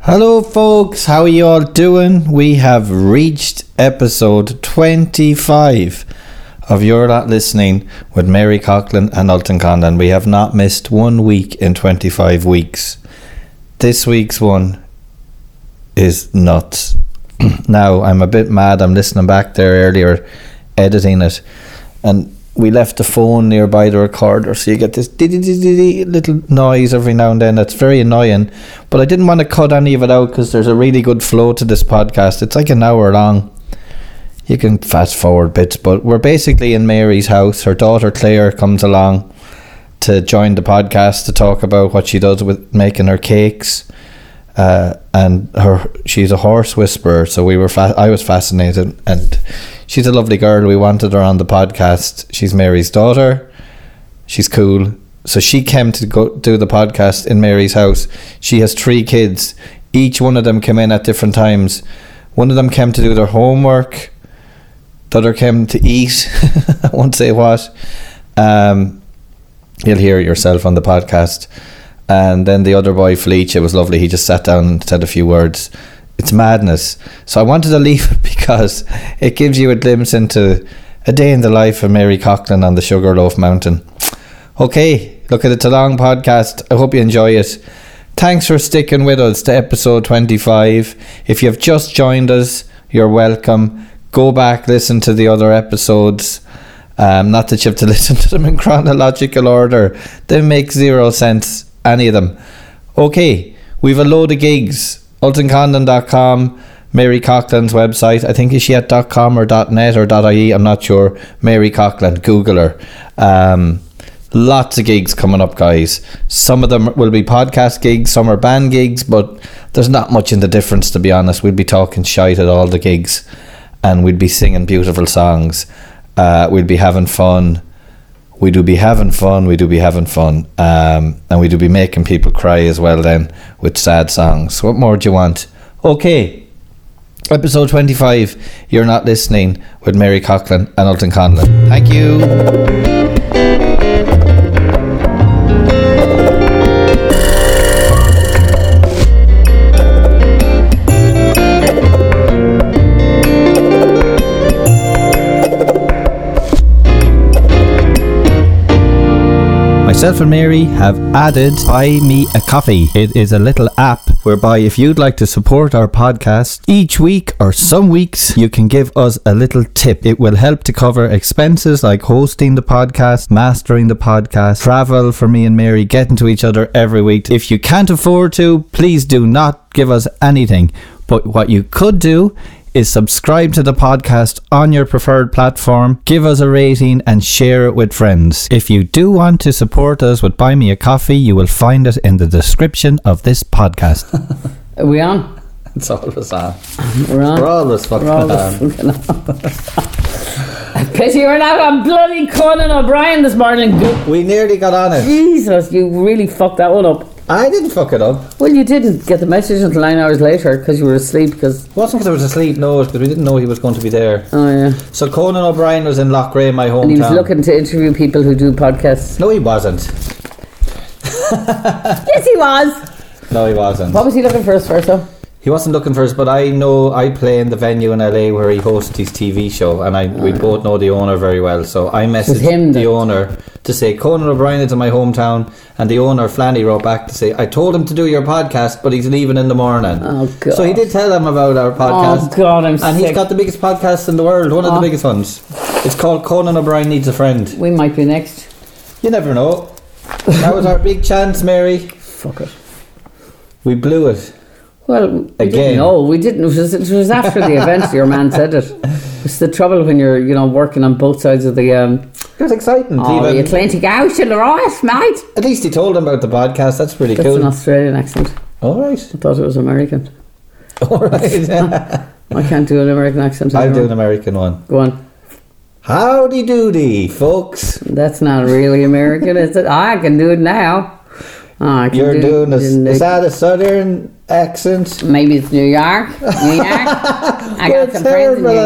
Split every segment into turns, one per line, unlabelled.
Hello, folks. How are you all doing? We have reached episode 25 of You're Not Listening with Mary Coughlin and Alton Condon. We have not missed one week in 25 weeks. This week's one is nuts. now, I'm a bit mad. I'm listening back there earlier, editing it, and we left the phone nearby the recorder, so you get this dee- dee- dee- dee- dee little noise every now and then. That's very annoying. But I didn't want to cut any of it out because there's a really good flow to this podcast. It's like an hour long. You can fast forward bits, but we're basically in Mary's house. Her daughter Claire comes along to join the podcast to talk about what she does with making her cakes. Uh, and her she's a horse whisperer, so we were fa- I was fascinated, and she's a lovely girl. We wanted her on the podcast. She's Mary's daughter. She's cool. So she came to go do the podcast in Mary's house. She has three kids. Each one of them came in at different times. One of them came to do their homework. The other came to eat. I won't say what. Um, you'll hear it yourself on the podcast. And then the other boy, Fleach, it was lovely. He just sat down and said a few words. It's madness. So I wanted to leave it because it gives you a glimpse into a day in the life of Mary Coughlin on the Sugarloaf Mountain. Okay, look at it's a long podcast. I hope you enjoy it. Thanks for sticking with us to episode 25. If you've just joined us, you're welcome. Go back, listen to the other episodes. Um, not that you have to listen to them in chronological order, they make zero sense, any of them. Okay, we've a load of gigs. UltonCondon.com, Mary Coughlin's website. I think is she at .com or .net or .ie. I'm not sure. Mary Coughlin, Google her. Um, lots of gigs coming up, guys. Some of them will be podcast gigs, some are band gigs, but there's not much in the difference, to be honest. We'd be talking shite at all the gigs, and we'd be singing beautiful songs. Uh, we'd be having fun. We do be having fun. We do be having fun, um, and we do be making people cry as well. Then with sad songs. What more do you want? Okay, episode twenty-five. You're not listening with Mary Coughlin and Alton Conlon. Thank you. Myself and Mary have added Buy Me a Coffee. It is a little app whereby, if you'd like to support our podcast each week or some weeks, you can give us a little tip. It will help to cover expenses like hosting the podcast, mastering the podcast, travel for me and Mary, getting to each other every week. If you can't afford to, please do not give us anything. But what you could do is subscribe to the podcast on your preferred platform, give us a rating, and share it with friends. If you do want to support us with Buy Me a Coffee, you will find it in the description of this podcast.
Are we on?
it's always on.
We're on.
We're always fucking
We're all
on.
fucking on. Pity we're not on bloody Conan O'Brien this morning. Go-
We nearly got on it.
Jesus, you really fucked that one up.
I didn't fuck it up.
Well, you didn't get the message until nine hours later because you were asleep. Because
wasn't because I was asleep, no, because we didn't know he was going to be there.
oh yeah,
So Conan O'Brien was in Lochray, my hometown.
and he was looking to interview people who do podcasts.
no, he wasn't.
Yes, he was.
No, he wasn't.
What was he looking for us for? So
He wasn't looking for us, but I know I play in the venue in LA where he hosts his TV show, and I we both know the owner very well. So I messaged
Ah. him
the
that-
owner to say Conan O'Brien is in my hometown, and the owner Flanny wrote back to say I told him to do your podcast, but he's leaving in the morning.
Oh, God.
So he did tell him about our podcast.
Oh, God, I'm
and he's
sick.
got the biggest podcast in the world, one of the
Oh.
biggest ones. It's called Conan O'Brien needs a friend.
we might be next.
You never know. that was our big chance, Mary.
Fuck it.
We blew it.
Well, we
Again.
didn't know. We didn't. It was, it was after the event. Your man said it. It's the trouble when you're, you know, working on both sides of the um,
It was exciting.
Oh,
even-
the Atlantic Ocean, right, mate?
At least he told him about the podcast. That's pretty
That's
cool.
an Australian accent.
All right.
I thought it was American.
All right.
I can't do an American accent.
I'll do
anymore.
an American one.
Go on.
Howdy doody, folks.
That's not really American, is it? I can do it now. Ah, I can
You're
do
doing a,
in the-
is that a southern accent?
Maybe it's New York. New York. I
You're
got some friends in
terrible
New
at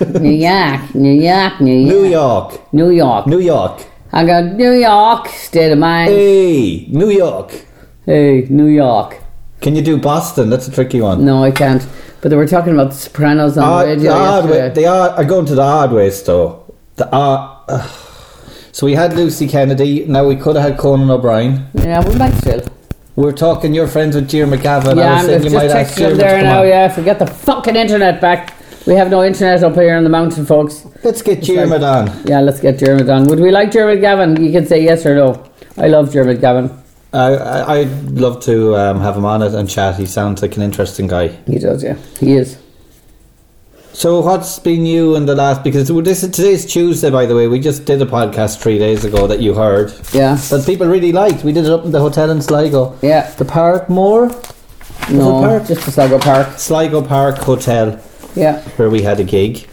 York. New York. New York. New York.
New York.
New York.
New York.
I got New York. State of mind.
Hey, New York.
Hey, New York.
Can you do Boston? That's a tricky one.
No, I can't. But they were talking about the Sopranos on
Odd-
the
the
radio
odd way,
yesterday.
the odd, I'm going to the odd ways though. The odd, ugh. so we had Lucy Kennedy. Now we could have had Conan O'Brien.
yeah, we might still.
We're talking. You're friends with Jim McGavin. I
yeah,
was
I'm
thinking
just
you might ask
texting
Jim
him
to
there
come
now.
on.
Yeah, forget the fucking internet back. We have no internet up here in the mountain, folks.
Let's get Jim
like-
on.
Yeah, let's get Dermot on. Would we like Dermot Gavin? You can say yes or no. I love Dermot Gavin.
I, I I'd love to um, have him on it and chat. He sounds like an interesting guy.
He does, yeah. He is.
So what's been you in the last? Because this is today's Tuesday, by the way. We just did a podcast three days ago that you heard
Yeah.
that people really liked. We did it up in the hotel in Sligo,
Yeah.
the Parkmore,
No,
park?
just the Sligo Park.
Sligo Park Hotel,
Yeah.
where we had a gig.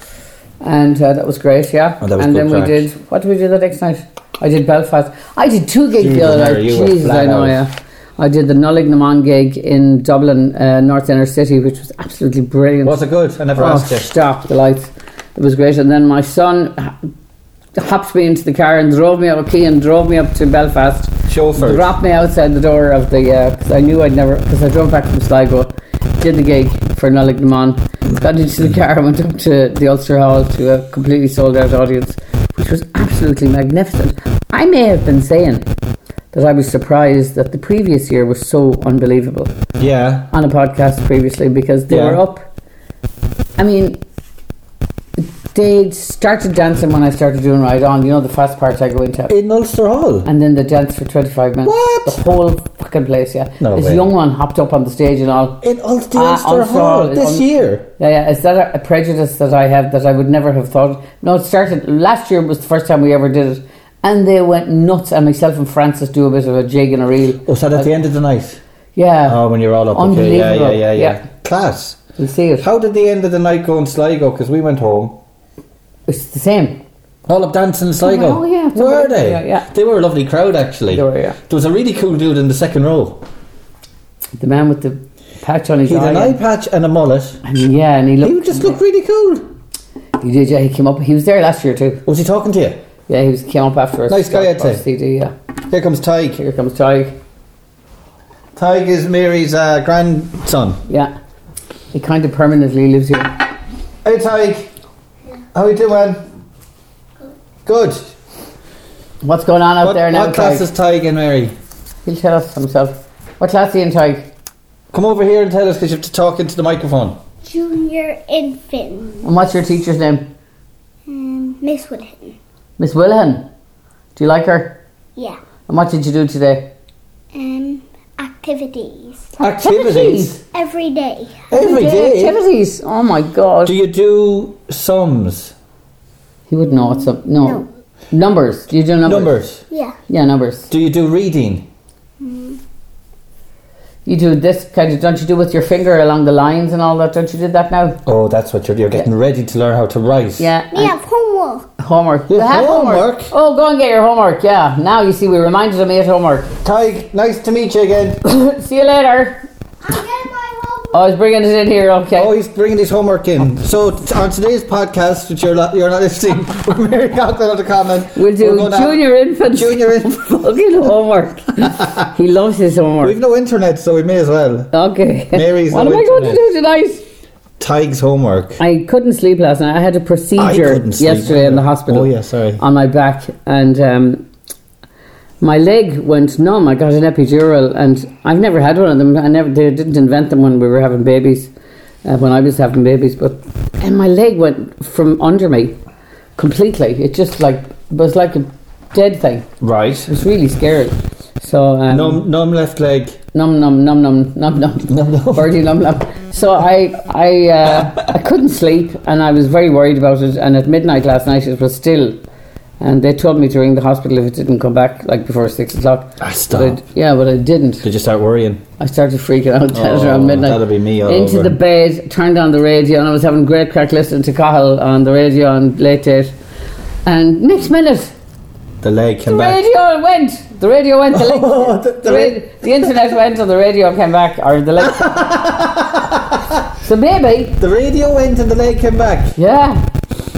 And uh, that was great, yeah.
Oh, that was
and
good
then
crack.
we did, what did we do the next night? I did Belfast. I did two gigs the
Jesus,
other
Mary,
night.
you were
Jesus,
flat
I know,
out.
yeah. I did the Nullignamon gig in Dublin, uh, North Inner City, which was absolutely brilliant.
Was it good? I never
Oh,
asked you.
stop the lights. It was great. And then my son ha- hopped me into the car and drove me out of Key and drove me up to Belfast.
Chauffeur.
Dropped me outside the door of the, uh 'cause I knew I'd never, because I drove back from Sligo, did the gig for Nullignamon, got into the car and went up to the Ulster Hall to a completely sold out audience, which was absolutely magnificent. I may have been saying that I was surprised that the previous year was so unbelievable
Yeah.
on a podcast previously because they
Yeah.
were up. I mean, they started dancing when I started doing Ride On, you know, the fast parts I go into.
In Ulster Hall.
And then they danced for 25 minutes.
What?
The whole fucking place, yeah.
No
this
way.
young one hopped up on the stage and all.
In Ulster,
Ah,
Ulster
Ulster
Hall
Hall.
this
Um,
year.
Yeah, yeah. Is that a, a prejudice that I have that I would never have thought? No, it started last year was the first time we ever did it. And they went nuts, and myself and Francis do a bit of a jig and a reel.
Was that at the end of the night?
Yeah,
Oh, when you're all up. Okay. Yeah, yeah,
Unbelievable.
yeah, yeah,
Yeah.
Class.
you see it.
How did the end of the night go in Sligo? Because we went home.
It's the same.
All up dancing in Sligo.
Oh, yeah.
Were they?
Yeah, yeah.
They were a lovely crowd, actually.
They were, yeah.
There was a really cool dude in the second row.
The man with the patch on his
He had
eye.
an eye patch and a mullet.
And yeah, and he looked.
He just looked really cool.
He did. Yeah, he came up. He was there last year too.
Was he talking to you?
Yeah, he was came up after us.
Nice guy, I'd say.
CD, yeah.
Here comes Tyke.
Here comes Tig.
Tyke is Mary's uh, grandson.
Yeah, he kind of permanently lives here.
Hey, Tyke. How you doing? Good.
What's going on out
what,
there now?
what class
Tig?
is Tyke and Mary?
He'll tell us himself. What class are you in, Tig?
Come over here and tell us because you have to talk into the microphone.
Junior infant,
And what's your teacher's name?
um, Miss Woodhen.
Miss Wilhen. Do you like her?
Yeah.
And what did you do today?
Um, activities
Activities.
every day.
Every
Today,
day.
Activities. Oh my God.
Do you do sums?
he would know what's up. No.
No.
Numbers. Do you do numbers?
Numbers.
Yeah.
Yeah, numbers.
Do you do reading?
You do this kind of, don't you do with your finger along the lines and all that? Don't you do that now?
Oh, that's what you're doing. You're getting ready to learn how to write.
Yeah.
We have homework.
Uh, Homework.
You
We
have
have
homework?
Oh, go and get your homework. Yeah. Now you see, we reminded him he had homework.
Tyke, nice to meet you again.
see you later.
I get my homework.
Oh, I was bringing it in here. Okay.
Oh, he's bringing his homework in. So t- on today's podcast, which you're not, you're not listening, with Mary Cockburn on the comment.
we'll
we're
do
gonna-
junior infant
Junior in-
fucking homework. he loves his homework.
We've no internet, so we may as well.
okay.
Mary's
what
no
am I going to
internet.
do tonight?
Tyke's homework.
I couldn't sleep last night. I had a procedure
couldn't sleep
yesterday in the hospital.
Oh, yeah, sorry.
On my back, and um, my leg went numb. I got an epidural, and I've never had one of them. I never they didn't invent them when we were having babies, uh, when I was having babies. But and my leg went from under me completely. It just like was like a dead thing.
Right.
It was really scary. So um,
Numb, numb left leg.
num num num num num num
Num, num.
birdie num num. So I I uh, I couldn't sleep and I was very worried about it. And at midnight last night it was still, and they told me to ring the hospital if it didn't come back like before six o'clock.
Ah,
But
stop.
I, yeah, but I didn't.
Did you start worrying?
I started freaking out
Oh,
around midnight.
that'll be me all
Into
over.
the bed, turned on the radio, and I was having great crack listening to Cahill on the radio on late date. And next minute,
The leg came
the
back.
radio went. The radio went. The, link,
Oh, the-
the,
the
ra- the internet went, and the radio came back, or the link. so maybe,
The radio went and the leg came back.
yeah.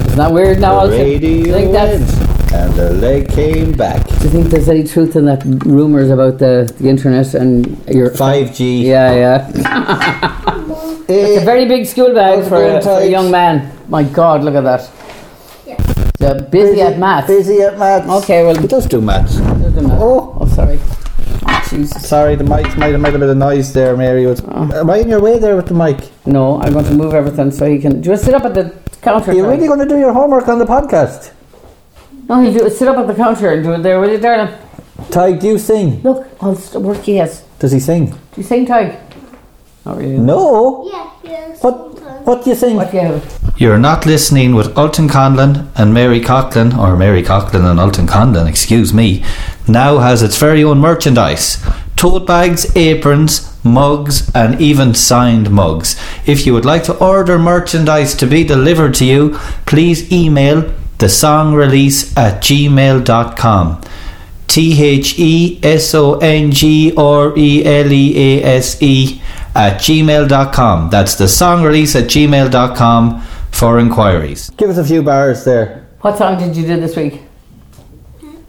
Isn't that weird now?
The
also?
radio
I think that's
went. and the leg came back.
Do you think there's any truth in that rumours about the, the internet and your?
5G.
Yeah, yeah. It's a very big school bag
Eh. Those
for a,
green
for a
tights.
young man. My God, look at that.
Yeah.
So busy, at maths.
Busy at maths.
Okay, well-
He does do maths.
Oh, oh, sorry. Jesus.
Sorry, the mic might have made a bit of noise there, Mary. Was,
Oh.
Am I in your way there with the mic?
No, I'm going to move everything so he can. Do you sit up at the counter?
Are you
Carol?
really going to do your homework on the podcast?
No, you do sit up at the counter and do it there, will you, darling?
Ty, do you sing?
Look, all the work he has.
Does he sing?
Do you sing, Tig? Not really.
No.
Yeah, yeah.
What? What do you sing?
What do you have?
You're not listening with Alton Conlon and Mary Coughlin, or Mary Coughlin and Alton Conlon, excuse me, now has its very own merchandise tote bags, aprons, mugs, and even signed mugs. If you would like to order merchandise to be delivered to you, please email the song release at gmail.com. T H E S O N G R E L E A S E at gmail.com. That's the song release at gmail.com for inquiries. Give us a few bars there.
What song did you do this week?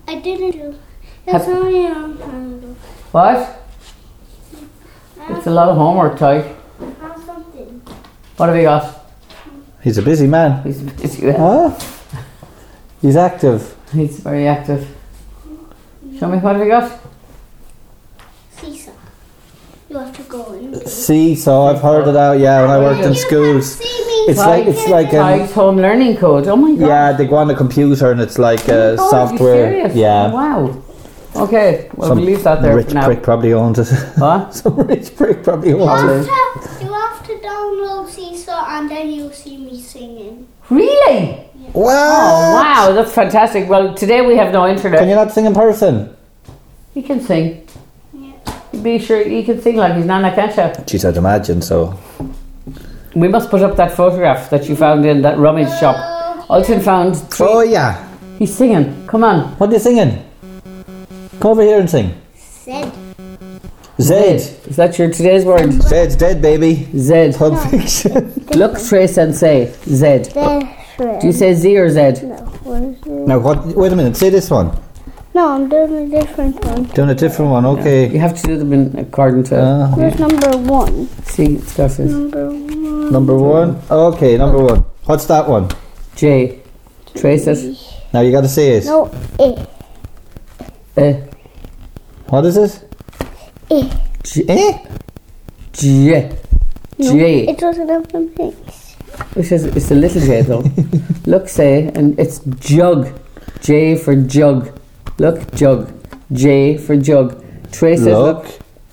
I didn't do. It's only on Pando.
What? It's a lot of homework, Tig.
Have something.
What have you got?
He's a busy man.
He's busy. with-
Huh? He's active.
He's very active. Show me what have you got?
Seesaw. You have to go in.
See, so I've heard it out, yeah, when I worked in
You can't
schools.
see me.
It's like, it's like, um,
Tig's home learning code. Oh my god.
yeah, they go on the computer and it's like uh,
Oh, are you
software.
serious?
Yeah.
Wow. Okay. Well,
Some
we leave that there
rich
for now.
prick probably owns it.
What?
Some rich prick probably
You
owns
have
it.
to, you have to download Seesaw and then you'll see me singing.
Really? Oh,
Wow!
wow. That's fantastic. Well, today we have no internet.
Can you not sing in person?
He can sing.
Yeah.
Be sure he can sing like he's Nana Kesha.
Jeez, I'd imagine so.
We must put up that photograph that you found in that rummage shop. Alton found. Three.
Oh, yeah.
He's singing. Come on.
What are you singing? Come over here and sing.
Said.
Zed.
Is that your today's word?
Zed's dead, baby.
Zed.
Pulp Fiction.
Look, trace, and say. Zed. Do you
Different.
say Z or Zed?
No, where's the-
now, what? Wait a minute. Say this one.
no, I'm doing a different one.
Doing a different one.
You
Okay.
have to do them in according to.
Uh,
Where's number one?
See, stuff is
Number one.
number one. Okay, number one. What's that one?
J. Trace it.
Now you got to say it.
No, eh,
Uh,
What is it?
eh.
Eh?
J.
No,
J.
It doesn't have a mix.
It says it's a little J though. Look, say, and it's jug. J for jug. Look, jug. J for jug. Trace it.
Look.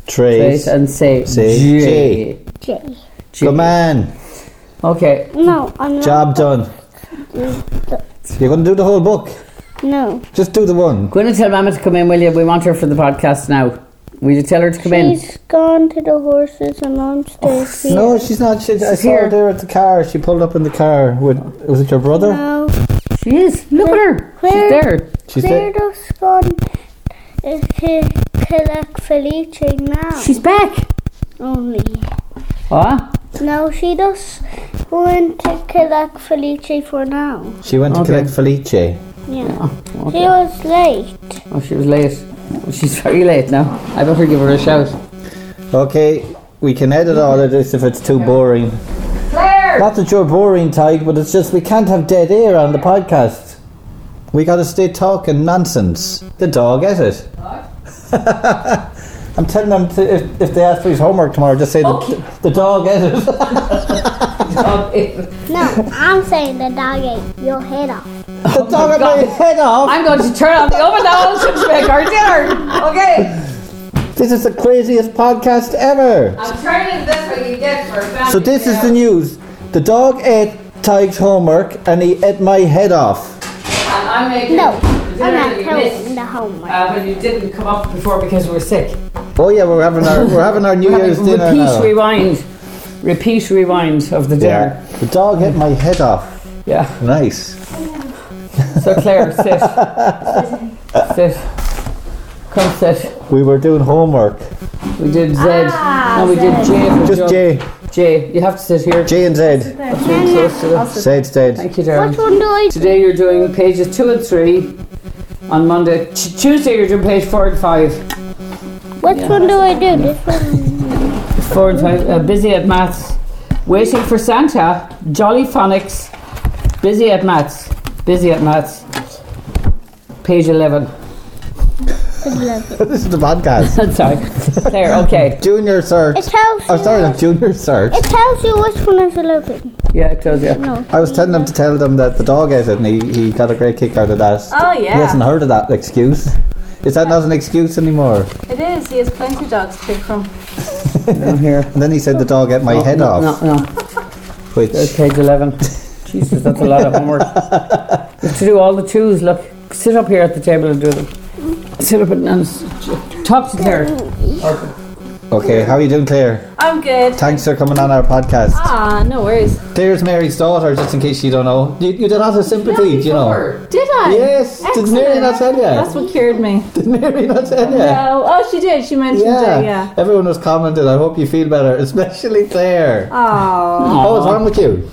Trace.
Trace and say,
Say
J.
J.
J.
Good man.
Okay.
No, I'm
Job done.
not.
You're going to do the whole book.
No.
Just do the one.
Gonna tell Mama to come in, will you? We want her for the podcast now. Will you tell her to come in? Oh,
She's gone to the horses and I'm still here.
No, she's not. She, I
She's
saw her
here.
there at the car. She pulled up in the car. With, was it your brother?
No.
She is. Look at her. She's
Where-
there.
She's
Where
there.
does gone eh, he collect Felice now?
She's back.
Only.
Ah.
No, she does went to collect Felice for now.
She went to
Okay.
collect Felice.
Yeah.
Oh, okay.
She was late.
Oh, she was late. Well, She's very late now. I better give her a shout.
Okay, we can edit all of this if it's too boring.
Claire!
Not that you're boring, Tyke, but it's just we can't have dead air on the podcast. We gotta stay talking nonsense. The dog ate it. I'm telling them to, if, if they ask for his homework tomorrow, just say
Okay.
the, the dog ate it.
I'm
No, I'm saying the dog ate your head off.
the dog ate my
Oh God.
head off.
going to turn on the oven now to make our dinner. Okay.
This is the craziest podcast ever.
I'm turning this way you get for a
So this is the news. The dog ate Tyke's homework and he ate my head off.
I'm making
No, I'm not telling the homework.
uh, when you didn't come up before because we were sick.
Oh yeah, we're having our we're having our New Year's dinner
repeat
now.
rewind. Repeat rewind of the dinner.
Yeah. The dog hit my head off.
Yeah.
Nice.
So Claire, sit. sit. Come sit.
We were doing homework.
We did Z.
Ah,
no, we did
Z.
J. for
Just
jug.
J.
Jay, you have to sit here.
J and Z.
Close to the-
Zed's dead.
Thank you,
Which
Darren.
one do I
Today you're doing pages two and three on Monday. T- Tuesday you're doing page four and five.
Which one do I do? This one?
Four and five. Uh, busy at maths. Waiting for Santa. Jolly phonics. Busy at maths. Busy at maths. Page eleven.
this is the podcast.
Sorry. There. Okay.
Junior search.
It tells you.
Oh, sorry, not junior search.
It tells you which one is 11.
Yeah, it does. Yeah.
No.
I was telling him to tell them that the dog ate it, and he, he got a great kick out of that.
Oh, yeah.
He hasn't heard of that excuse. Is that not an excuse anymore?
It is. He has plenty of dogs to pick from.
Down here.
And then he said the dog ate my head
no,
off,
No, no.
which
There's page eleven. Jesus, that's a lot of homework. You have to do all the twos. Look, sit up here at the table and do them. Sit up and and s- talk to Claire.
Oh, okay. How are you doing, Claire?
I'm good.
Thanks for coming on our podcast.
Ah, no worries.
Claire's Mary's daughter, just in case you don't know. You, you did offer sympathy, do you know?
Did I?
Yes, did Mary not tell you?
That's what cured me.
Did Mary not tell you?
No. Oh, she did. She mentioned
Yeah.
it. Yeah.
everyone was commenting. I hope you feel better, especially Claire.
Oh.
Oh, what's wrong with you?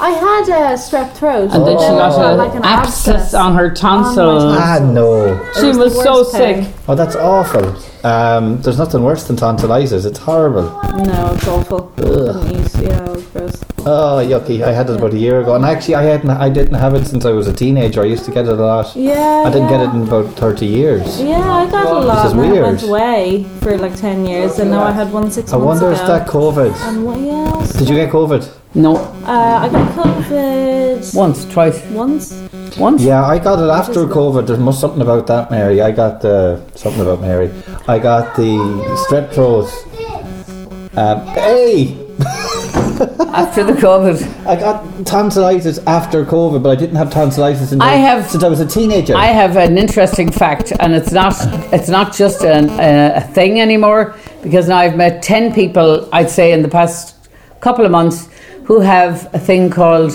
I had a strep throat.
And then she
Oh.
got an,
like an
abscess,
abscess.
on her tonsil.
Oh
Ah,
my
no.
It
she
was the
was so
worst pain.
sick.
Oh, that's awful. Um, there's nothing worse than tonsillitis. It's horrible.
No, it's awful. Couldn't use. Yeah, it was gross.
Oh, yucky. I had it about a year ago, and actually, I hadn't. I didn't have it since I was a teenager. I used to get it a lot.
Yeah.
I didn't
yeah.
get it in about thirty years.
Yeah, I got a lot.
is
and then
weird.
I went away for like ten years, and now I had one six
I
months
wonder if
ago.
that COVID.
And what else?
Did you get COVID?
No,
Uh, I got COVID
once, twice,
once.
once.
Yeah, I got it after COVID. There's must something about that, Mary. I got the something about Mary. I got the strep throat. Um, hey,
After the COVID,
I got tonsillitis after COVID, but I didn't have tonsillitis until
I have-
since I was a teenager.
I have an interesting fact, and it's not it's not just an, a, a thing anymore because now I've met ten people I'd say in the past couple of months who have a thing called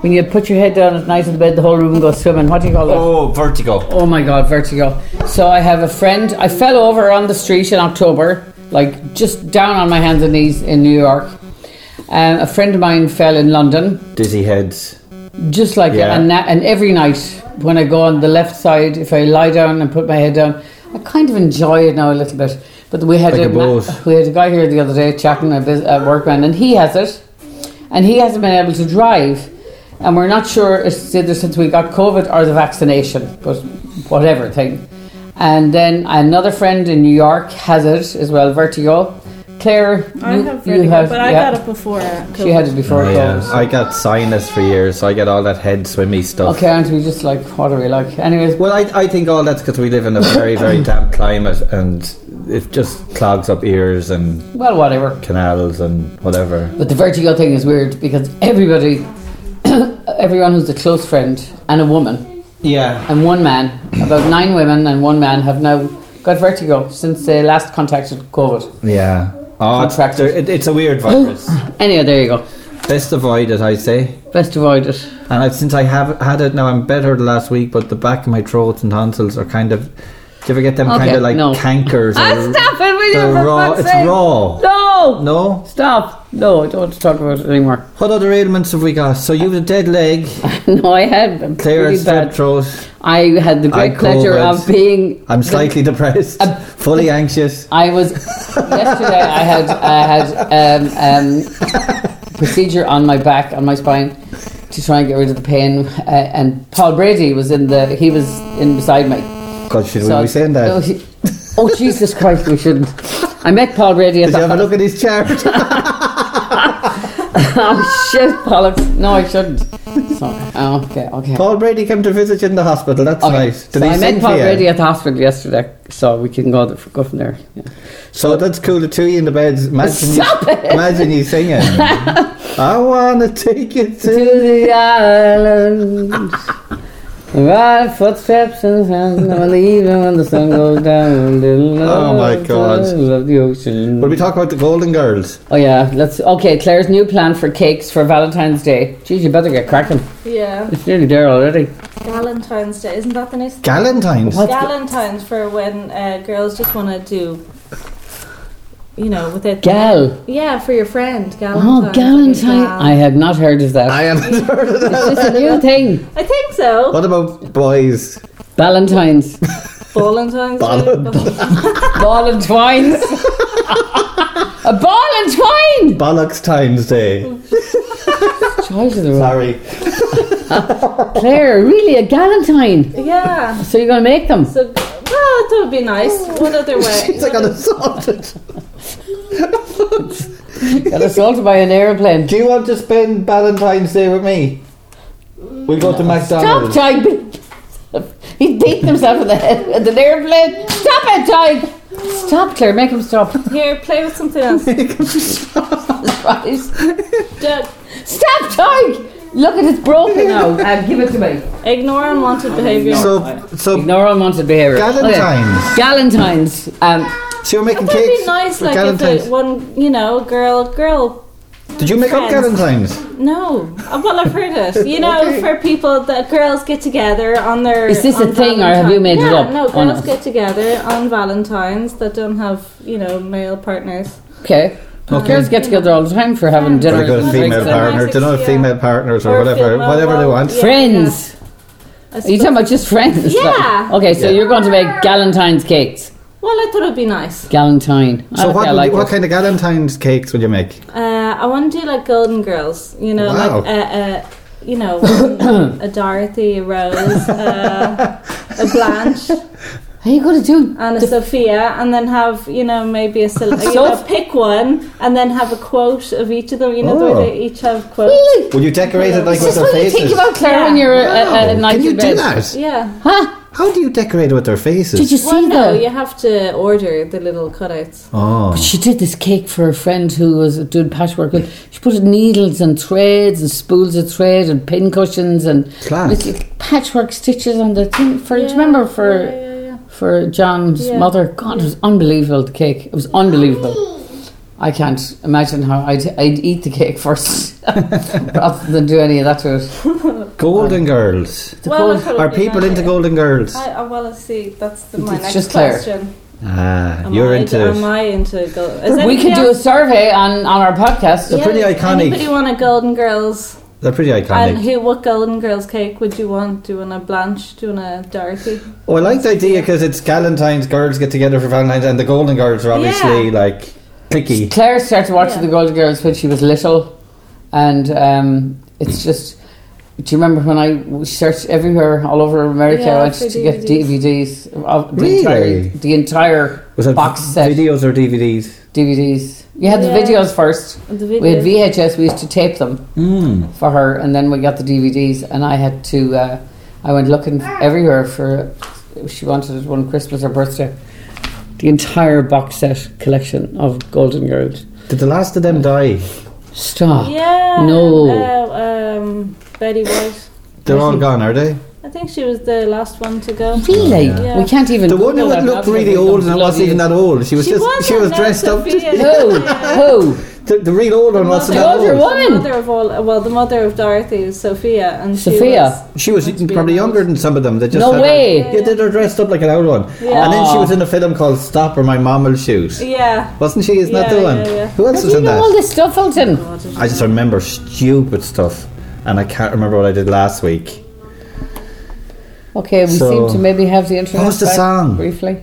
when you put your head down at night in the bed, the whole room goes swimming. What do you call that?
oh, vertigo.
Oh my god, vertigo. So I have a friend. I fell over on the street in October, like just down on my hands and knees in New York. Um, a friend of mine fell in London,
Dizzy heads.
just like
Yeah.
and that, and every night when I go on the left side, if I lie down and put my head down, I kind of enjoy it now a little bit. But we had
Like a
ma-
boat.
we had a guy here the other day chatting a, bus- a workman, and he has it, and he hasn't been able to drive, and we're not sure it's either since we got COVID or the vaccination, but whatever thing. And then another friend in New York has it as well, vertigo. Claire,
I
you,
have
you
vertigo,
have-
but I
yeah,
got it before.
She had it before.
Oh,
COVID.
I got sinus for years, so I get all that head swimmy stuff.
Okay, aren't we just like what are we like? Anyways,
Well, I, I think all that's because we live in a very, very damp climate and it just clogs up ears and
well, whatever.
canals and whatever.
But the vertigo thing is weird because everybody, everyone who's a close friend and a woman
Yeah.
and one man, about nine women and one man have now got vertigo since they last contacted COVID.
Yeah. Oh, it's,
Contracted.
there- it- it's a weird virus.
Anyhow, there you go.
Best avoid it, I say.
Best avoid it.
And I've, since I have had it now, I'm better the last week, but the back of my throat and tonsils are kind of. Do you ever get them
Okay,
kind of like
no.
cankers?
Ah,
or-
stop it, will you,
they're
for
raw.
fuck's
It's
sake.
raw.
No!
No?
Stop! No, I don't want to talk about it anymore.
What other ailments have we got? So you have a dead leg,
no, I had a
Claire
really
has strep
bad.
throat.
I had the
I
great pleasure
COVID.
of being.
I'm slightly depressed, fully anxious.
I was yesterday. I had I had um, um, procedure on my back on my spine to try and get rid of the pain. Uh, and Paul Brady was in the he was in beside me.
God, should
So-
we be saying that?
Oh, he- oh, Jesus Christ, we shouldn't. I met Paul Brady at
Did you
the.
have a look at his chart?
Oh shit, bollocks! No, I shouldn't. Sorry. Oh, okay, okay.
Paul Brady came to visit you in the hospital. That's
Okay,
nice. Did
so
he
I
sing
met
to
Paul
you?
Brady at the hospital yesterday, so we can go, th- go from there. Yeah.
So that's cool. The two of you in the beds. Imagine
Stop
you, Imagine you singing. I wanna take you to.
to the island. Right footsteps and sound, well, even when the sun goes down.
Oh, my God.
Love the ocean.
Will we talk about the Golden Girls?
oh yeah, let's. Okay, Claire's new plan for cakes for Valentine's Day. Geez, you better get cracking.
Yeah.
It's nearly there already.
Galentine's Day. Isn't that the next
Galentine's.
What?
Galentine's for when uh, girls just want to do, you know, with it.
Gal.
Yeah, for your friend.
Oh, Galentine.
Galentine's. Gal.
I had not heard of that.
I haven't heard of that.
it's a new thing.
I think so.
What about boys?
Valentine's.
Valentine's
Bal-
Day.
ball and twines. a ball and twine.
Bollocks Times Day.
Choice of the road.
Sorry.
Claire, really a galantine.
yeah.
So you're going to make them?
So, well, that would be nice. What other way?
She's like on assaulted.
Got assaulted by an aeroplane.
Do you want to spend Valentine's Day with me? We'll go to
Stop,
McDonald's.
Tig. He's beating himself in the head with an airplane. Stop it, Tig. Stop, Claire. Make him stop.
Here, play with something else.
Right.
Dad,
Stop, Tig. Look at it's broken now. Uh, give it to me.
Ignore unwanted behaviour.
So, so,
Ignore unwanted behaviour.
Galentine's.
Galantines. Um,
so you're making
That'd be
cakes
nice,
for
like if
Galentine's.
it, one, you know, girl, girl.
Did you make up
friends.
Galentine's?
No, Uh, well, I've heard it. You know, for people that girls get together on their.
Is this
on
a thing, or have
Valentine-
you made it
Yeah,
up
No,
on
girls
us?
get together on Valentines that don't have, you know, male partners.
okay. Girls get together all the time for having dinner.
They got
and
a
drinks
female
and-
partner.
partner. They don't have
Yeah.
female partners or
Or
whatever,
female
whatever they
ones.
want.
Yeah.
Friends.
I
Are you talking about just friends?
Yeah.
Like- okay, so
Yeah.
you're going to make galantines cakes.
Well, I thought it'd be nice.
Galantine.
So
okay,
what,
I
would
like
you, what
it.
kind of Galentine's cakes would you make?
Uh, I want to do like Golden Girls. You know,
Wow.
like a, a, you know, a Dorothy, a Rose, uh, a Blanche,
Are you going to do?
and a Sophia, and then have you know maybe a Sil- you know,
Soph-
pick one, and then have a quote of each of them. You know, the
Oh.
way they each have quotes.
Really?
Would you decorate it like
Is
with
this
their
what you
faces?
think about Claire
Yeah.
when you're a-
Wow.
a, a, night
Can you
in
do
bed?
that?
Yeah.
Huh?
How do you decorate it with their faces?
Did you
Well,
see
no,
that?
you have to order the little cutouts.
Oh.
She did this cake for a friend who was doing patchwork. with- She put needles and threads and spools of thread and pin cushions and
Class.
little patchwork stitches on the thing. For do
Yeah,
you remember for
yeah, yeah, yeah.
for John's
Yeah.
mother? God, it was unbelievable. The cake. It was unbelievable. I can't imagine how I'd I'd eat the cake first rather than do any of that to it.
Golden Girls.
The
Well,
gold-
I thought it'd
Are
be
people
nice.
into Golden Girls?
Oh. I, I well, let's see. That's the, my
It's
next
just Claire.
question.
Ah,
Am
you're
I,
into
Am
it.
I into gold?
we could do a survey on on our podcast.
They're pretty iconic.
Anybody want a Golden Girls?
They're pretty
And
iconic.
who? What Golden Girls cake would you want? Do you want a Blanche? Do you want a Dorothy?
Oh, I like the idea because it's Galentine's. Girls get together for Valentine's, and the Golden Girls are obviously
Yeah.
like clicky.
Claire started watching
Yeah.
the Golden Girls when she was little, and um, it's just. Do you remember when I searched everywhere all over America?
Yeah,
I went
for
to get DVDs of the
Really?
entire the entire
Was that
box set
videos or DVDs?
DVDs. You had
Yeah.
the videos first.
And The video.
We had VHS. We used to tape them
Hmm.
Mm.
for her, and then we got the DVDs. And I had to. Uh, I went looking
Ah.
everywhere for. She wanted it one Christmas or birthday. The entire box set collection of Golden Girls.
Did the last of them die?
Stop.
yeah.
No.
Uh, um, Betty White.
They're all gone, are they?
I think she was the last one to go.
Really?
Yeah.
We can't even.
The one who
Google
had
that
looked
now
really
because we
old and
don't
wasn't even
bloody-
that old. She was
She
just
was
she
on
was
No
dressed up.
Sophia.
Who? Who?
The, the real old one wasn't
mother-
that
older
old.
one.
The mother of all, well, the mother of Dorothy is Sophia, and
Sophia.
She was
Must be
probably
an old-
younger than some of them. They just
No
had her-
way.
yeah, they were dressed up like an old one.
Yeah.
And then she
Aw.
was in a film called Stop or My Mom Will Shoot.
She was, yeah.
Wasn't she? Isn't that
Yeah,
the one?
yeah, yeah.
Who else
Do
was
you
in
know all
that?
this stuff, Elton?
I just remember stupid stuff, and I can't remember what I did last week.
Okay, we
So-
seem to maybe have the internet.
was the
back
song?
Briefly.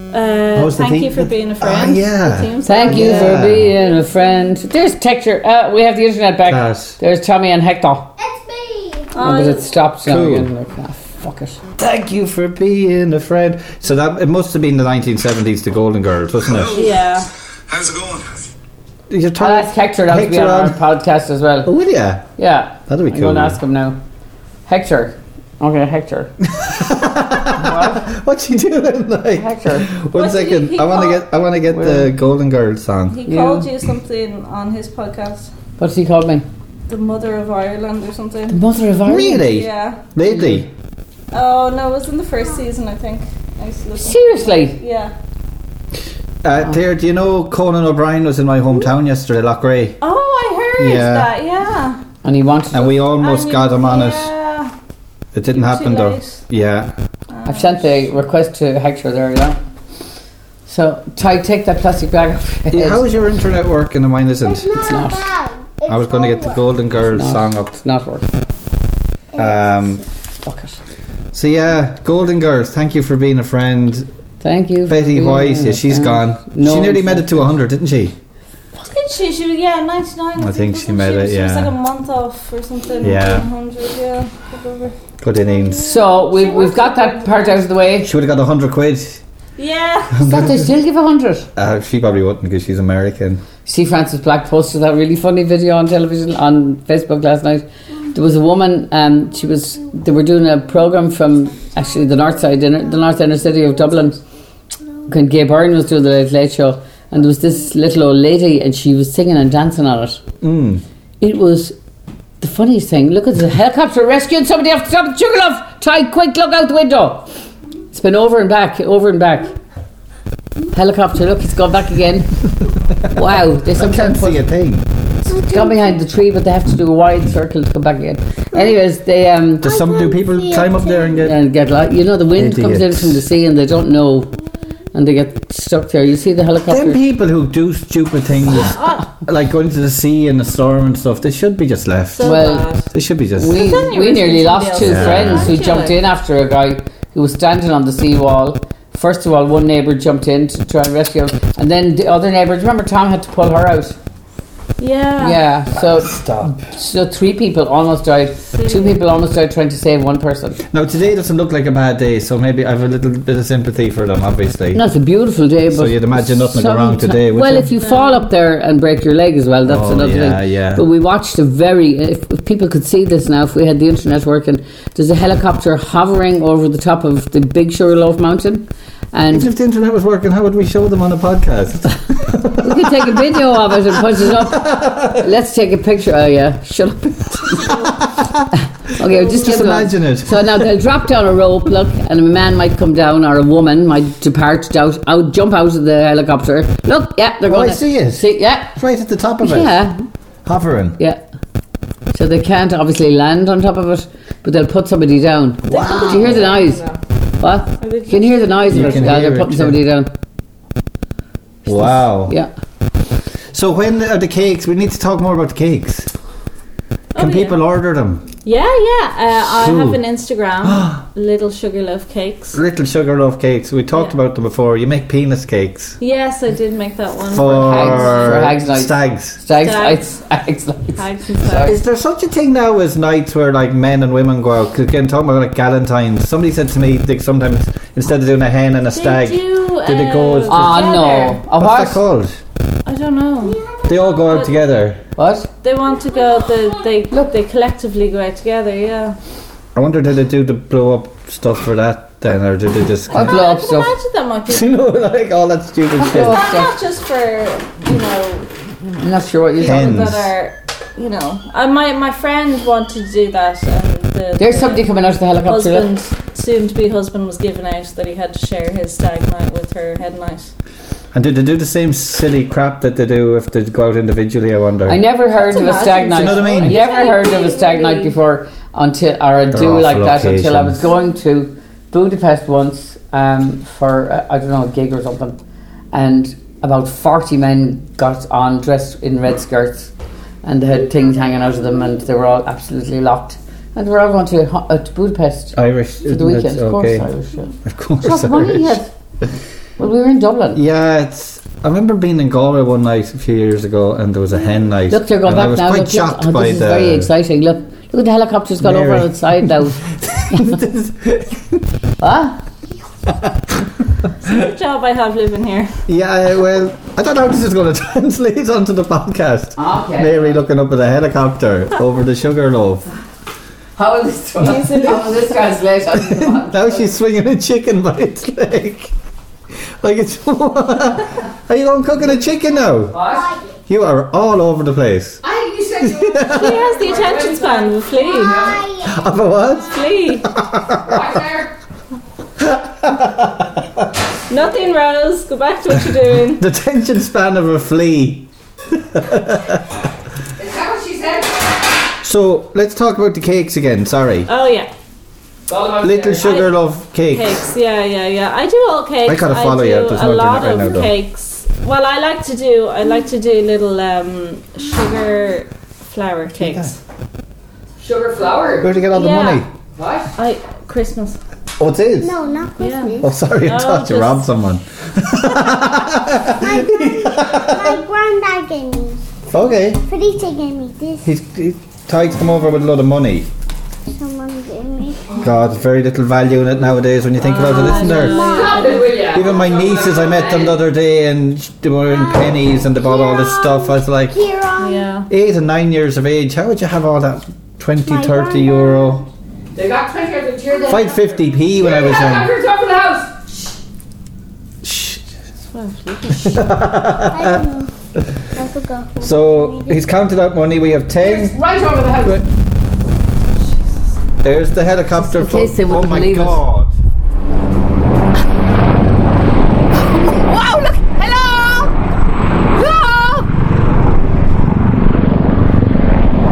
Uh,
was the
thank
thing-
you for being a friend.
Ah, yeah.
The team
Thank you
Yeah.
for being a friend. There's texture. Uh, we have the internet back.
Class.
There's Tommy and Hector. Oh,
It's me.
Oh,
but it stopped now
Cool.
again. Like, ah, fuck it.
Thank you for being a friend. So that it must have been the 1970s, the Golden Girls, wasn't it?
Yeah.
How's it going?
You're
I'll
talking.
ask Hector now to be
Hector
on our
on.
podcast as
Oh,
well.
will ya?
Yeah.
That'd be
I'm going
cool.
to ask him now. Hector. Okay, Hector.
What's he doing? Like
Hector.
one
What's he-
second.
he
I want to
called-
get. I want to get the
Where?
Golden Girls song.
He
Yeah.
called you something on his podcast,
What's he called me?
the mother of Ireland or something.
Mother of Ireland.
Really?
Yeah.
Lately.
Oh no, it was in the first season, I think. I used to listen.
Seriously?
Yeah.
Uh, Claire, do you know Conan O'Brien was in my hometown yesterday, Lochray,
Oh, I heard
Yeah.
that. Yeah.
And he wanted
and we almost
And
got him on it.
Yeah.
It didn't happen though.
late.
Yeah.
I've sent the request to Hector there, yeah. So, Ty, take that plastic bag off your
Yeah,
head.
How is your internet working and mine isn't?
It's
not.
about.
I was going to get the Golden Girls song up.
It's not working.
Um,
Fuck it.
So yeah, Golden Girls. Thank you for being a friend,
Thank you. for
Betty
being
White.
on
Yeah,
it,
she's
yeah.
gone.
No
she nearly
one's
made it to hundred, didn't she?
Did she? She was, yeah, 99.
I think she
wasn't
made it,
She was
yeah.
like a month off or something.
Yeah.
100, yeah. whatever.
Good innings.
So we've, we've got that part out of the way.
She would have got hundred quid.
Yeah.
Is that they still give a hundred?
Uh, she probably wouldn't because she's American.
See Francis Black posted that really funny video on television on Facebook last night. There was a woman, um, she was they were doing a program from actually the north side inner, the north inner city of Dublin. When Gay Byrne was doing the Late Late Show, and there was this little old lady, and she was singing and dancing on it.
Mm.
It was the funniest thing. Look at the helicopter rescuing somebody off the top of Sugarloaf. Try quick, look out the window. It's been over and back, over and back. Helicopter, look, it's gone back again. wow, they
I can't
sometimes put
see a thing.
gone behind the tree, but they have to do a wide circle to come back again. Anyways, they um
Does
I
some do
can't
people
see a
climb up there and get?
and get like you know the wind comes in
Idiots.
from the sea and they don't know, and they get stuck there. You see the
Them
helicopter.
people who do stupid things, like going to the sea in a storm and stuff, they should be just left.
So
Well,
bad.
they should be just.
We,
But then you
we
risk
nearly
somebody
lost two
else's
friends who
life,
jumped
yeah.
in after a guy who was standing on the seawall. First of all, one neighbour jumped in to try and rescue him, and then the other neighbour. do you Remember, Tom had to pull her out.
Yeah.
Yeah, so so three people almost died. Two people almost died trying to save one person.
Now today doesn't look like a bad day, so maybe I have a little bit of sympathy for them. Obviously,
No, it's a beautiful day, but
So you'd imagine nothing would go wrong
someti-
today, would
Well,
you?
if you fall up there and break your leg as well, that's
Oh,
another
yeah,
thing.
yeah.
But we watched a very. If, if people could see this now, if we had the internet working, there's a helicopter hovering over the top of the Big Sugarloaf Mountain, and
Even if the internet was working, how would we show them on a podcast?
we could take a video of it and put it up. Let's take a picture. Oh yeah, shut up. okay, just,
Just
get going.
imagine it.
So now they'll drop down a rope, look, and a man might come down or a woman might depart out, out jump out of the helicopter. Look, yeah, they're
Oh, I
going.
see it.
See, yeah,
It's right at the top of it,
yeah,
hovering.
yeah. So they can't obviously land on top of it, but they'll put somebody down. Wow. Do you hear the noise? What? You can hear the noise
You
of it.
can
Yeah,
hear
they're
it,
putting
yeah.
somebody down.
Wow.
Yeah.
So when are the cakes? We need to talk more about the cakes. Can
Oh, yeah.
people order them?
Yeah, yeah. Uh, I have
Ooh.
an Instagram, Little Sugarloaf Cakes.
Little sugarloaf cakes. We talked
Yeah.
about them before. You make penis cakes
Yes, I did make that one.
for,
hags, for hags night.
stags.
Stags,
Stags.
lights, stags, lights.
Hags and stags.
Is there such a thing now as nights where like men and women go out? 'Cause again, talking about like Galentine's, somebody said to me they sometimes instead of doing a hen and a stag,
They do. Uh,
Did it go as-
Ah,
together.
no. A
what's that
what?
called?
I don't know.
They all go out together.
What?
They want to go. They they they collectively go out together. Yeah.
I wonder did they do the blow up stuff for that then, or did they just?
What blow
I
up
can
stuff?
imagine that might be.
you know, like all that stupid
Blow
shit.
up
Not,
stuff.
not just for you know
I'm not sure what you're
Hen.
talking
Hens.
people that are you know. Uh, my my friend wanted to do that. And the,
There's somebody coming out of the helicopter. look.
husband, soon to be husband, was given out that he had to share his stag night with her head night.
And did they do the same silly crap that they do if they go out individually? I wonder.
I never heard
That's
of a stag
imagine.
night.
Do you
know what I mean?
never heard of a stag night before until, or a do
awful
like that until I
occasions.
was going to Budapest once um, for uh, I don't know a gig or something, and about forty men got on dressed in red skirts, and they had things hanging out of them, and they were all absolutely locked, and they were all going to, Ho- uh, to Budapest
Irish
for the
isn't it?
weekend. Of course,
Okay,
I was. uh, Yeah.
of course.
Plus money
Irish.
yes. Well, we were in Dublin.
Yeah, it's. I remember being in Galway one night a few years ago, and there was a hen night.
Look, they're going
and
back
I was
now.
quite
look, look.
shocked
Oh,
by
this is
the.
very exciting. Look, look at the helicopter's gone over
Mary.
on its side now. ah,
Good job I have living here.
Yeah, well, I don't know how this is going to translate onto the podcast.
Ah, Okay.
Mary looking up at a helicopter over the sugar loaf.
how will this, how will this translation?
Now she's swinging a chicken by its leg. Like it's. Are you going cooking a chicken now?
what?
You are all over the place.
I, you said you were
He has the attention span of a flea.
Ah.
Have a what?
Flea.
there.
Nothing, Rose. Go back to what you're doing.
The tension span of a flea.
Is that what she said?
So let's talk about the cakes again. Sorry.
Oh yeah,
Little sugar loaf cakes.
cakes. Yeah, yeah, yeah. I do all cakes.
I gotta follow
do
you. There's
a
no
lot
doing it right
of
now, though.
cakes. Well, I like to do. I like to do little um, sugar flour cakes.
Sugar flour.
Where'd you get all the
Yeah.
money?
What?
I Christmas.
Oh, it is.
No, not
Yeah.
Christmas.
Oh, sorry, I
No,
thought you
just-
robbed someone.
My, grand, my granddad gave me.
Okay.
Felice gave me this.
He's, he, Tyke's come over with a lot of money.
Someone gave me.
God, very little value in it nowadays when you think about it, isn't there? Even my nieces, I met them the other day and they were in pennies and they bought all this stuff. I was like,
Kieran.
Yeah.
eight and nine years of age, how would you have all that 20,
My
30
grandma.
euro?
They got twenty out of cheer.
If I'd 50p when I was young.
top of the house.
Shh.
I don't know. I forgot.
Uh,
who
So
gave me this.
he's counted out money. We have 10.
Right over the house.
There's the helicopter.
Just in case they
oh
wouldn't
my
believe it.
god.
Wow! Look. Hello. Hello.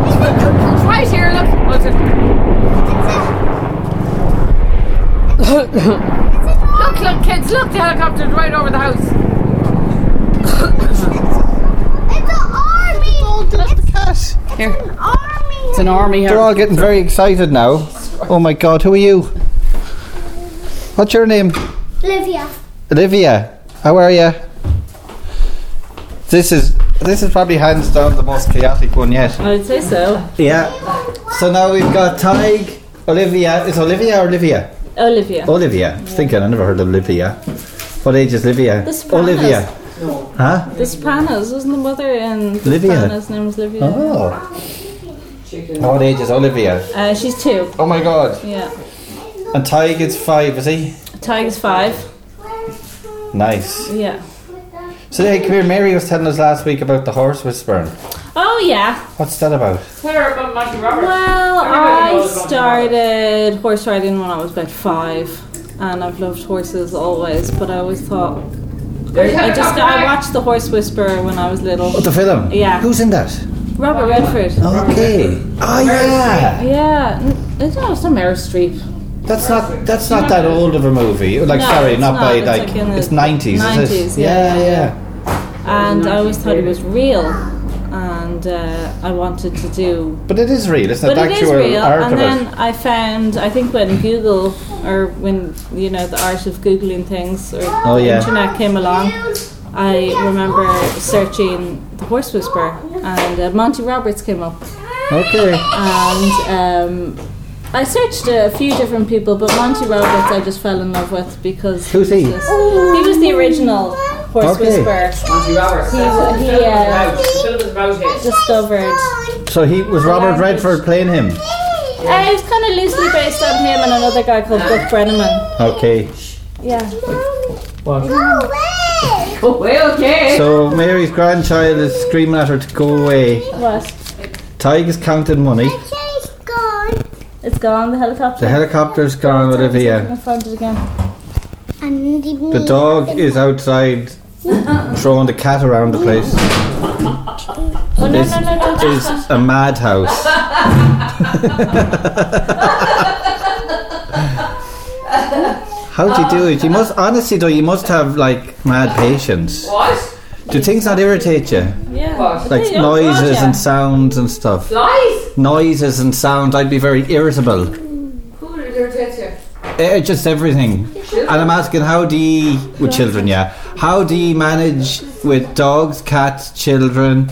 It's right here. Look. What's it? look! Look, kids! Look, the helicopter's right over the house.
It's an army. it's, It's an army.
It's an army
They're
here.
all getting very excited now. Oh my god, who are you? What's your name?
Olivia.
Olivia. How are you? This is this is probably hands down the most chaotic one yet.
I would say so.
Yeah. So now we've got Tig, Olivia. Is Olivia or Olivia?
Olivia.
Olivia. I was thinking I never heard of Olivia. What age is Olivia?
The Sopranos.
Olivia. Huh?
The Sopranos, wasn't the mother in The
Olivia.
Sopranos' name was Olivia?
Oh. What age is Olivia?
Uh, she's two.
Oh my god.
Yeah.
And Tig is five, is he?
Tiger's five.
Nice.
Yeah.
So hey, come here. Mary was telling us last week about the horse whispering.
Oh yeah.
What's that about?
Claire about Monty Roberts.
Well,
Everybody
I
knows about
started horse riding when I was about five, and I've loved horses always. But I always thought I just I watched The Horse Whisperer when I was little.
Oh, the film.
Yeah.
Who's in that?
Robert Redford.
Okay. Oh yeah.
Yeah. n- it's- No, it's not Meryl Streep.
That's not that's not that old of a movie. Like
No,
sorry,
it's
not,
not.
by
It's
like,
like in the
it's nineties, is
90s,
it?
yeah.
yeah, yeah.
and I always thought it was real, and uh, I wanted to do.
But it is real, isn't it?
But
The
it is
actual
real,
art
and
of
then
it.
I found I think when Google or when you know the art of googling things or
Oh,
the
yeah.
internet came along, I remember searching the Horse Whisperer, and uh, Monty Roberts came up,
Okay.
and um, I searched a few different people, but Monty Roberts I just fell in love with because
Who's he?
was just- he was the original Horse
Okay.
Whisperer.
Monty Roberts.
He-
That's what the
he,
film was
uh,
about. The film was about him.
Discovered.
So he was Robert Redford playing him.
Uh, it was kind of loosely based on him and another guy called
Uh-huh.
Buck Brenneman.
Okay.
Yeah.
No way.
Oh, well, okay.
So Mary's grandchild is screaming at her to go away.
What?
Tig is counting money.
She's gone.
It's gone, the helicopter.
The helicopter's gone, Olivia.
I found it again.
And leave me
The dog is outside throwing the cat around the place.
Oh, no,
This
no, no, no.
is a madhouse. How do you do it? You must honestly though. You must have like mad patience.
What?
Do things not irritate you?
Yeah.
What?
Like
They don't
noises
want ya.
and sounds and stuff.
Lies?
Noises and sounds. I'd be very irritable.
Who did irritate you?
Eh, just everything. And I'm asking, how do you with children? Yeah, how do you manage with dogs, cats, children?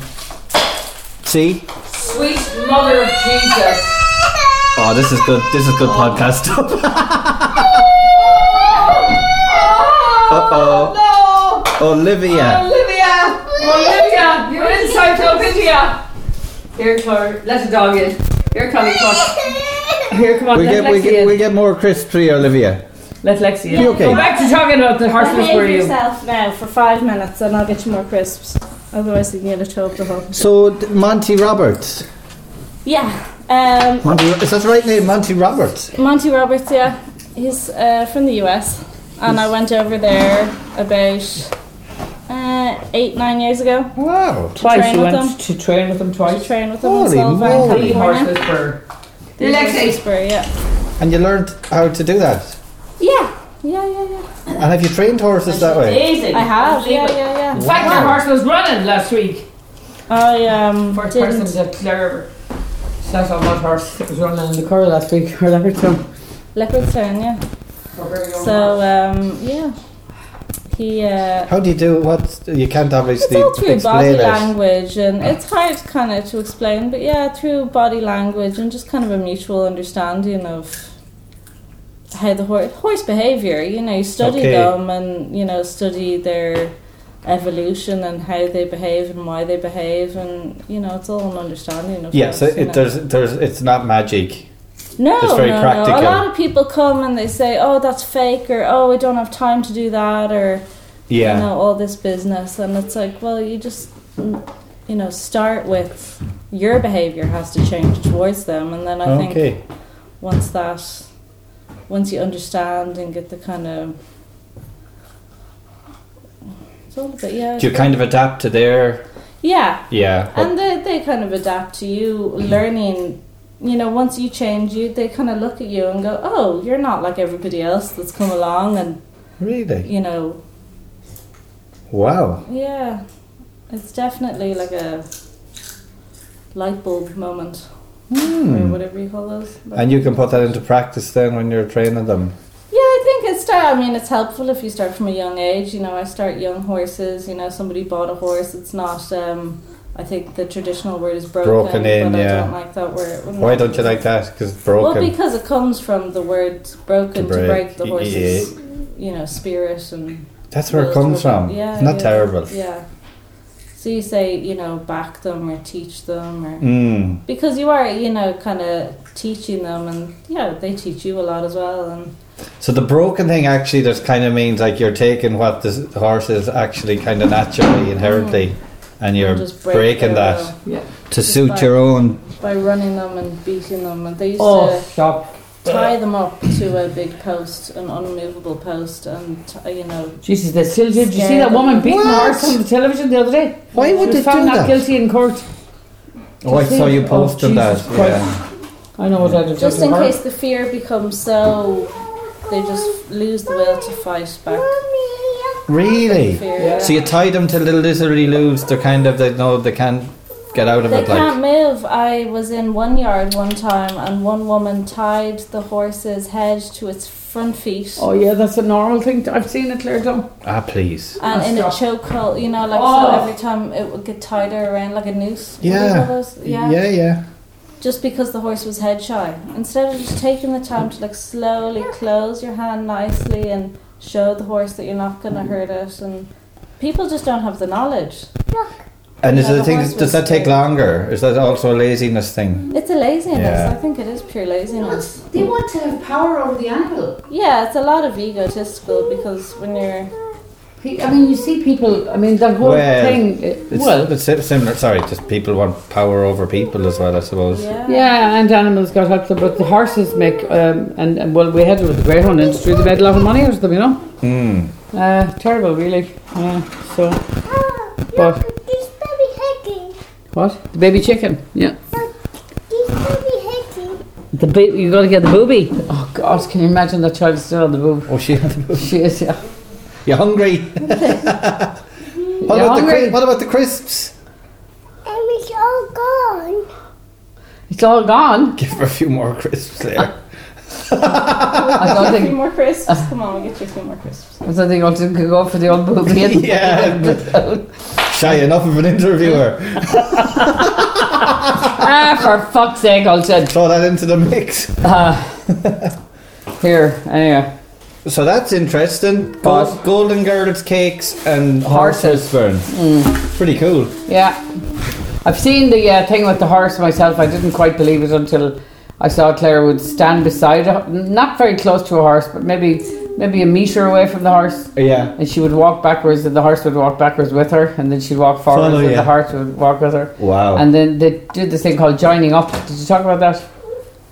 See?
Sweet mother of Jesus.
Oh, this is good. This is good podcast stuff. Uh
Oh,
oh, Olivia.
Olivia! Olivia! You're in Cyclopedia! Here, Claire, let the dog in. Here, Connie, come on. Here, come on,
We
let
get we
Lexi
get
in.
we get more crisp tree, Olivia.
Let Lexi in.
You okay?
Go back to talking about the horse whisperer
Behave
you.
yourself now for five minutes and I'll get you more crisps. Otherwise, you can get a toe up the hole.
So d- Monty Roberts.
Yeah. Um,
Monty, is that the right name? Monty Roberts.
Monty Roberts, yeah. He's uh, from the US. And I went over there about uh, eight, nine years ago
Wow.
Train
Twice you
with
went
them.
to train with them
to
twice.
train with him
Holy
in Solva in
moly.
The horse
California.
whisperer.
The
Lexi.
Whisperer, yeah.
And you learned how to do that.
Yeah. Yeah, yeah, yeah.
And have you trained horses that way?
Amazing.
I have. Yeah,
Unbelievable.
yeah, yeah.
In fact, your horse was running last week.
I um
First
didn't.
person that Claire sat on that horse that was running in the car last week.
Her leopard
Leopardstown, yeah. So um, yeah, he. Uh,
How do you do? What you can't
it's
obviously
all through body
explain it. Ah.
language, and it's hard kind of to explain, but yeah, through body language and just kind of a mutual understanding of how the horse horse behavior. You know, you study
Okay.
them, and you know, study their evolution and how they behave and why they behave, and you know, it's all an understanding of.
Yeah, so
horse, you
it,
know.
there's there's it's not magic.
No,
It's very
no,
practical.
no. A lot of people come and they say, "Oh, that's fake," or "Oh, I don't have time to do that," or
Yeah.
you know, all this business. And it's like, well, you just mm, you know start with your behavior has to change towards them, and then I
okay.
think once that once you understand and get the kind of it's all a bit yeah
Do you kind of adapt to their
yeah
yeah? what-
and they, they kind of adapt to you learning. You know, once you change, you they kind of look at you and go, "Oh, you're not like everybody else that's come along." And
really?
you know,
Wow.
yeah, it's definitely like a light bulb moment or whatever you call those. But-
Hmm. And you can put that into practice then when you're training them.
Yeah, I think it's. I mean, it's helpful if you start from a young age. You know, I start young horses. You know, somebody bought a horse. It's not. Um, I think the traditional word is broken.
Broken in,
but
yeah.
I don't like that word.
Why don't you like that? Because it's broken.
Well, because it comes from the word broken to
To
break,
break,
the
yeah.
horse's, you know, spirit and.
That's where it
will
comes
to-
from.
Yeah,
it's not
yeah,
terrible.
Yeah. So you say you know back them or teach them or
Mm.
because you are you know kind of teaching them and yeah they teach you a lot as well and
So the broken thing actually just kind of means like you're taking what this horse is actually kind of naturally inherently, and you're
Mm. just break
breaking
their
that
will
Yeah.
to
Just
suit
by-
your own.
by running them and beating them and they used
Oh, stop.
to tie them up to a big post an unmovable post and t- you know
Jesus, they still did. Did you see
Scared
that woman
of-
beating the
What?
horse on the television the other day?
Why would
she
they
was found
do
not
that?
guilty in court.
Oh, I saw you
Oh,
posted that.
Jesus Christ.
Yeah.
I know what I'd have
just
done
in
to her.
case the fear becomes so they just lose the will to fight back
Really?
fear.
Yeah.
So you tie them till they literally lose. They're kind of they know they can't get out of
They
it. Like
can't move. I was in one yard one time, and one woman tied the horse's head to its front feet,
Oh, yeah, that's a normal thing. to- I've seen it, Claire Dunn.
ah, please.
and in a
Stop.
chokehold. You know, like
Oh.
so every time it would get tighter around like a noose. What do you
Yeah.
call those? yeah,
yeah,
Just because the horse was head shy, instead of just taking the time to like slowly close your hand nicely and show the horse that you're not going to hurt it, and people just don't have the knowledge.
And is
Yeah,
the
the
thing
horse
does
was
that take
scared.
longer? Is that also a laziness thing?
It's a laziness.
Yeah.
I think it is pure laziness.
They want to have power over the animal.
Yeah, it's a lot of egotistical because when you're
He- I mean, you see people, I mean, that whole
Well,
thing. it-
It's,
well,
it's si- similar. Sorry, just people want power over people as well. I suppose.
yeah,
Yeah, and animals got helped, but the horses make um, and, and well, we had it with the greyhound industry. They made a lot of money out of them, you know.
Mm.
Uh, terrible, really. Yeah. So
Oh,
What?
look, this baby hickey.
what? The baby chicken. Yeah.
Look, this baby hickey.
The ba- you got to get the booby. Oh God, can you imagine uh, that child is still on the boob?
Oh, she.
She is. Yeah.
You hungry? what,
You
about The,
hungry?
cri- what about the crisps?
And it's all gone.
It's all gone.
Give her a few more crisps there.
I don't
a few
think.
more crisps. Come on, we'll get you a few more crisps.
I don't think Alton could go for the old booby. and-
yeah, shy enough of an interviewer.
ah, for fuck's sake, Alton.
Throw that into the mix.
Here, anyway.
So that's interesting. Gold,
But-
golden girdles, cakes, and horse
Horses.
burn. Pretty cool.
Yeah. I've seen the uh, thing with the horse myself. I didn't quite believe it until I saw Claire would stand beside, a, not very close to a horse, but maybe maybe a meter away from the horse.
Yeah.
And she would walk backwards, and the horse would walk backwards with her, and then she'd walk forwards,
Follow,
and
yeah.
the horse would walk with her.
Wow.
And then they did this thing called joining up. Did you talk about that?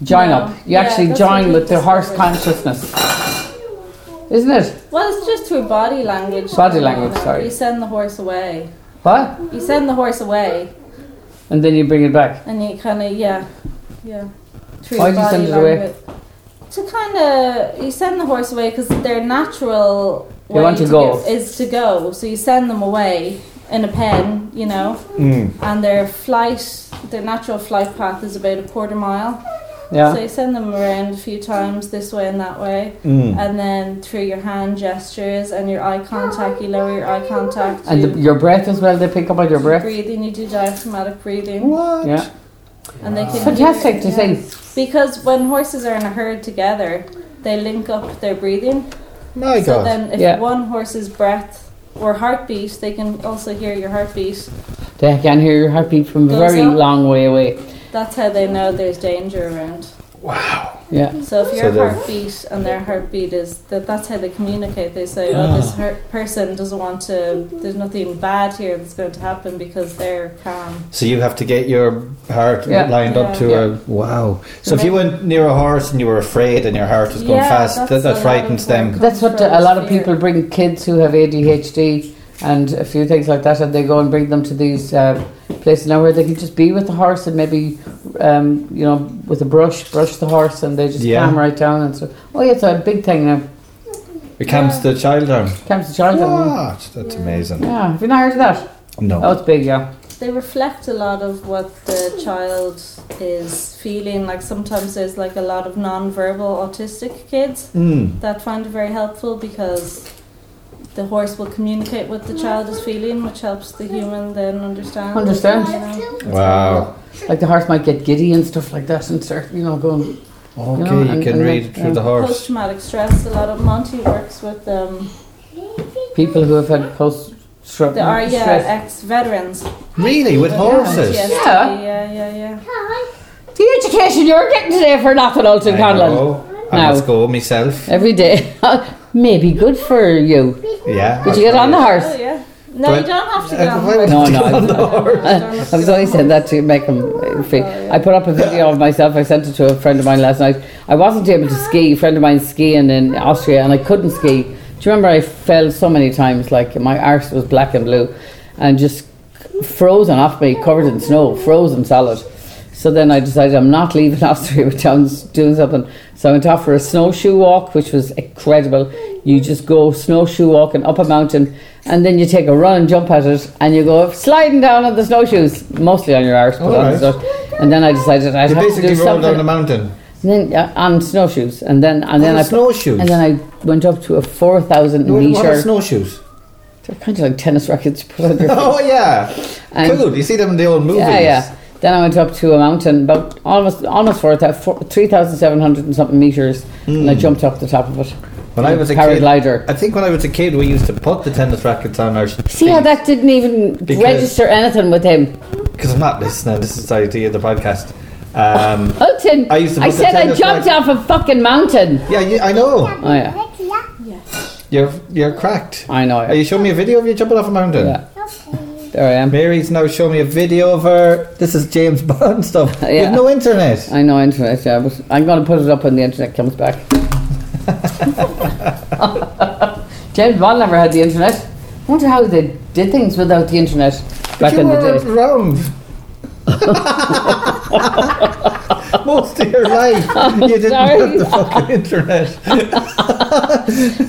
Join
No.
up. You
Yeah,
actually
that's
join
what
with the
we
horse
discovered.
consciousness, isn't it?
Well, it's just through body language.
Body
you know,
language,
like,
sorry.
You send the horse away.
What?
You send the horse away,
And then you bring it back.
and you kind of yeah, yeah. Through
Why
the
do you
body
send it away?
language. To kind of you send the horse away because their natural
They
way
want to
to
go.
give is to go. So you send them away in a pen, you know,
Mm.
and their flight, their natural flight path is about a quarter mile.
Yeah.
So you send them around a few times this way and that way,
Mm.
and then through your hand gestures and your eye contact, you lower your eye contact.
And
you,
the, your breath as well, they pick up on your
you
breath.
breathe in, you do diaphragmatic breathing,
What?
Yeah.
and they can
It's fantastic
do,
to think.
because when horses are in a herd together, they link up their breathing.
My
so
God.
then, if
Yeah.
one horse's breath or heartbeat, they can also hear your heartbeat.
They can hear your heartbeat from a
Goes
very
up.
long way away.
That's how they know there's danger around.
Yeah.
So if
So
your
they're-
heartbeat and their heartbeat is that that's how they communicate. They say, "Oh,
Ah.
this hurt person doesn't want to. There's nothing bad here that's going to happen because they're calm."
So you have to get your heart
Yeah.
lined up
Yeah.
to
Yeah.
a wow. So if you went near a horse and you were afraid and your heart was going
Yeah,
fast,
that's
that,
a
that
lot
frightens
of work.
them.
That's what
Control
a lot of
fear.
people bring kids who have ADHD and a few things like that, and they go and bring them to these uh, places now where they can just be with the horse and maybe, um, you know, with a brush, brush the horse, and they just
Yeah.
calm right down. And so, oh, yeah, it's a big thing now.
It calms the child down.
Comes to child. Yeah.
What? That's amazing.
yeah. Have you not heard of that? Oh,
No.
it's big, yeah.
They reflect a lot of what the child is feeling. Like sometimes there's like a lot of non-verbal autistic kids
Mm.
that find it very helpful because the horse will communicate what the child is feeling, which helps the human then understand.
Understand.
you know.
Wow.
Like the horse might get giddy and stuff like that, and start, you know, going.
Okay,
know,
you
and-
can
and
read
then-
it through
yeah.
the horse.
Post-traumatic stress. A lot of Monty works with um,
People who have had post stroke.
They are, yeah,
Mm-hmm. stress.
ex-veterans.
Really, with horses.
PTSD,
Yeah.
yeah, yeah, yeah.
The education you're getting today for nothing, Alton
I
Conlon.
know. I
No.
must go myself.
Every day. Maybe good for you.
Yeah.
Did you get on the
Oh,
horse?
yeah. No,
But-
you don't have to
Uh,
go on
why would
No,
you
no,
get
I-
on the horse?
I was only saying that to make him feel. I put up a video of myself. I sent it to a friend of mine last night. I wasn't able to ski. A friend of mine's skiing in Austria, and I couldn't ski. Do you remember I fell so many times? Like my arse was black and blue, and just frozen off me, covered in snow, frozen solid. So then I decided I'm not leaving Austria without s- doing something. So I went off for a snowshoe walk, which was incredible. You just go snowshoe walking up a mountain, and then you take a run and jump at it, and you go sliding down on the snowshoes, mostly on your arse, but
All
on
right.
the stuff. And then I decided I'd
You
have to
basically
do
roll down the
something.
mountain.
And then, uh, on snowshoes, and then and then
On
I
snowshoes?
and then I went up to a four thousand
What- What are
meter.
snowshoes?
They're kind of like tennis rackets. you put on your
Oh yeah,
And-
cool. You see them in the old movies.
Yeah, yeah. Then I went up to a mountain about almost almost four thou- four- 3,700 and something meters, and I jumped up the top of it.
Hmm. When I was a
paraglider.
kid, I think when I was a kid, we used to put the tennis rackets on our.
See how that didn't even
Because-
register anything with him.
Because I'm not listening. This is the idea of the podcast. Um,
Hilton,
I used to
I
put the
said I
tennis
jumped
racket-
off a fucking mountain.
yeah, you, I know.
Oh yeah,
You're you're cracked.
I know.
Are you showing me a video of you jumping off a mountain?
Yeah. There I am.
Mary's now showing me a video of her. This is James Bond stuff. You
Yeah.
have no internet.
I know internet. Yeah, but I'm going to put it up when the internet comes back. James Bond never had the internet. I wonder how they did things without the internet back
you
in the
were
day.
around. Most of your life, you didn't
sorry.
have the fucking internet.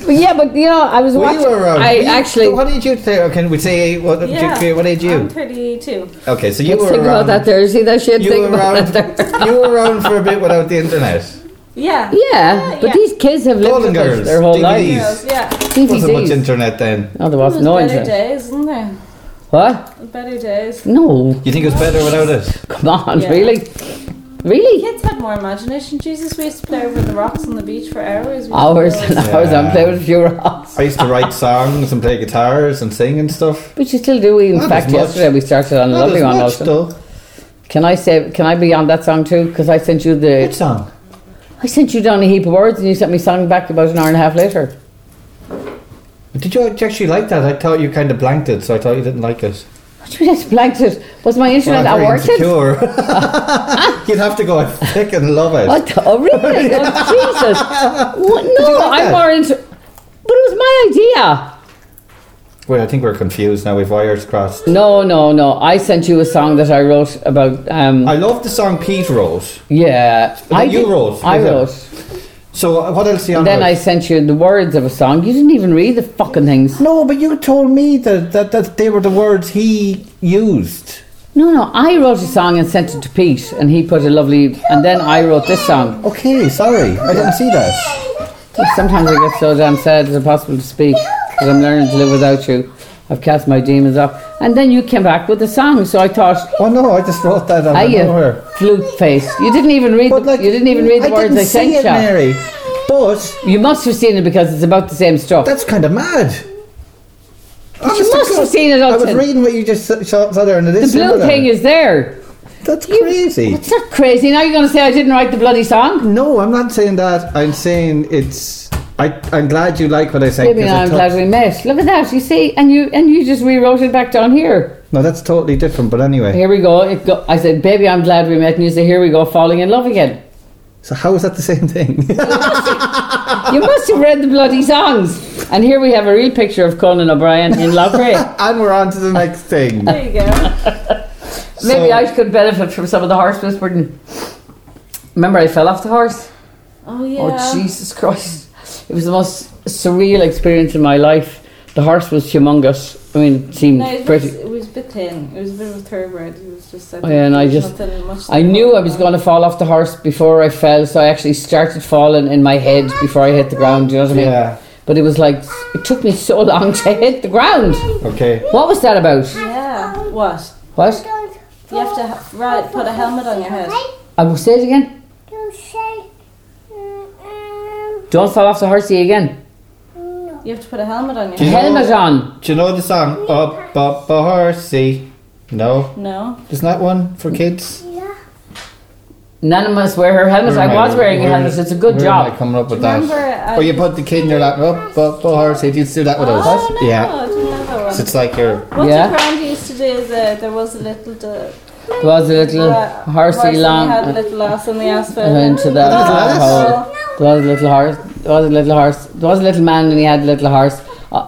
But yeah, but you know, I was
We
watching.
were around.
I
Were you-
actually. Um,
What did you say? Can we say what?
Yeah.
What age
I'm
you?
32.
Okay, so you
Let's
were
think
around.
about that there. See that shit?
You
think
were
about
around.
that there.
you were around for a bit without the internet.
Yeah.
Yeah, but
yeah.
these kids have lived
Golden
with us
Girls,
their whole
DVDs.
life.
Girls, yeah.
Wasn't much
DVDs.
internet then.
No, there
It
was
was
no
better
internet.
days, isn't there?
What?
Better days.
No,
You think it was better without it?
come on,
Yeah.
really, really.
Kids had more imagination. Jesus, we used to play over the rocks on the beach for hours. We used to
Hours
go-
and hours. I'm
Yeah.
playing with a few rocks.
I used to write songs and play guitars and sing and stuff.
But you still do. We, in
Not
fact,
as much.
yesterday we started on a
Not
lovely
as
one.
much
Also,
though.
can I say? Can I be on that song too? Because I sent you
Good
the.
song.
I sent you down a heap of words, and you sent me song back about an hour and a half later.
Did you actually like that? I thought you kind of blanked it, so I thought you didn't like it.
What do you mean? I blanked it. Was my internet
Well, I'm
not
very
working?
insecure. You'd have to go. I fucking love it.
What the, oh, really? Oh, Jesus. What? No,
like
I'm
that?
more into. But it was my idea.
Wait, I think we're confused now. We've wires crossed.
No, no, no. I sent you a song that I wrote about. Um,
I love the song Pete Rose.
yeah.
That
I
you
did-
wrote,
I
was it? Uh-huh.
wrote.
So uh, what else do you
And then I
know?
sent you the words of a song. You didn't even read the fucking things.
No, but you told me that, that, that they were the words he used.
No, no, I wrote a song and sent it to Pete, and he put a lovely. And then I wrote this song.
Okay, sorry, I didn't see that.
Sometimes I get so damn sad it's impossible to speak because I'm learning to live without you. I've cast my demons off. And then you came back with a song, so I thought,
Oh no, I just wrote that out
are
of
you
nowhere.
flute face? You didn't even read. The,
But like,
you didn't even read the
I
words
didn't
I sent
see it,
you.
Mary. But
You must have seen it because it's about the same stuff.
that's kind of mad. Honest to
must have
God.
seen it,
I was
Alton.
reading what you just s- saw, saw there, and it
the
is
blue
similar.
thing is there.
That's crazy.
It's not crazy. Now you're going to say I didn't write the bloody song?
No, I'm not saying that. I'm saying it's. I, I'm glad you like what I say.
Maybe
'cause it
now I'm
to-
glad we met. Look at that. You see, and you and you just rewrote it back down here.
No, that's totally different. But anyway,
Here we go. It go. I said, baby, I'm glad we met. And you say, here we go, falling in love again.
so how is that the same thing?
You must have read the bloody songs. And here we have a real picture of Conan O'Brien in Loughrea.
and we're on to the next thing.
There you go.
Maybe
So-
I could benefit from some of the horse whispering. Remember, I fell off the horse?
Oh yeah.
Oh, Jesus Christ. It was the most surreal experience in my life. The horse was humongous. I mean, it seemed
No, it was,
pretty.
it was a bit thin. It was a bit of a thoroughbred. It was just.
Oh, yeah, and I just- I knew I was going to fall off the horse before I fell, so I actually started falling in my head before I hit the ground. Do you know what I mean?
Yeah.
But it was like, it took me so long to hit the ground.
Okay.
What was that about?
Yeah. What?
What?
Don't,
You have to ha- right put a helmet on your head.
I will say it again.
don't say. mm, Um,
Don't fall off the horsey again.
mm, no.
You have to put a helmet on your
Yeah.
head.
Helmet on.
Do you know the song Up Up a Horsey? No,
No.
isn't that one for kids?
Yeah.
None of us wear her helmet.
Where am
I was wearing a
where-
helmet. It's a good
where Am I
job.
coming up with that.
Remember? Uh,
Oh,
Or you put the kid in your lap, up, up, up, horsey. If you do that with us,
oh no!
yeah.
I didn't know that one.
So it's like your
What
Yeah.
yeah. the grand used to do is uh, there was a little uh,
It was a little
uh,
horsey
horse and they
long.
had a little lass in the asphalt.
and into that
Oh,
little
that's
hole.
cool.
There was a little horse. There was a little horse. There was a little man and he had a little horse. Uh,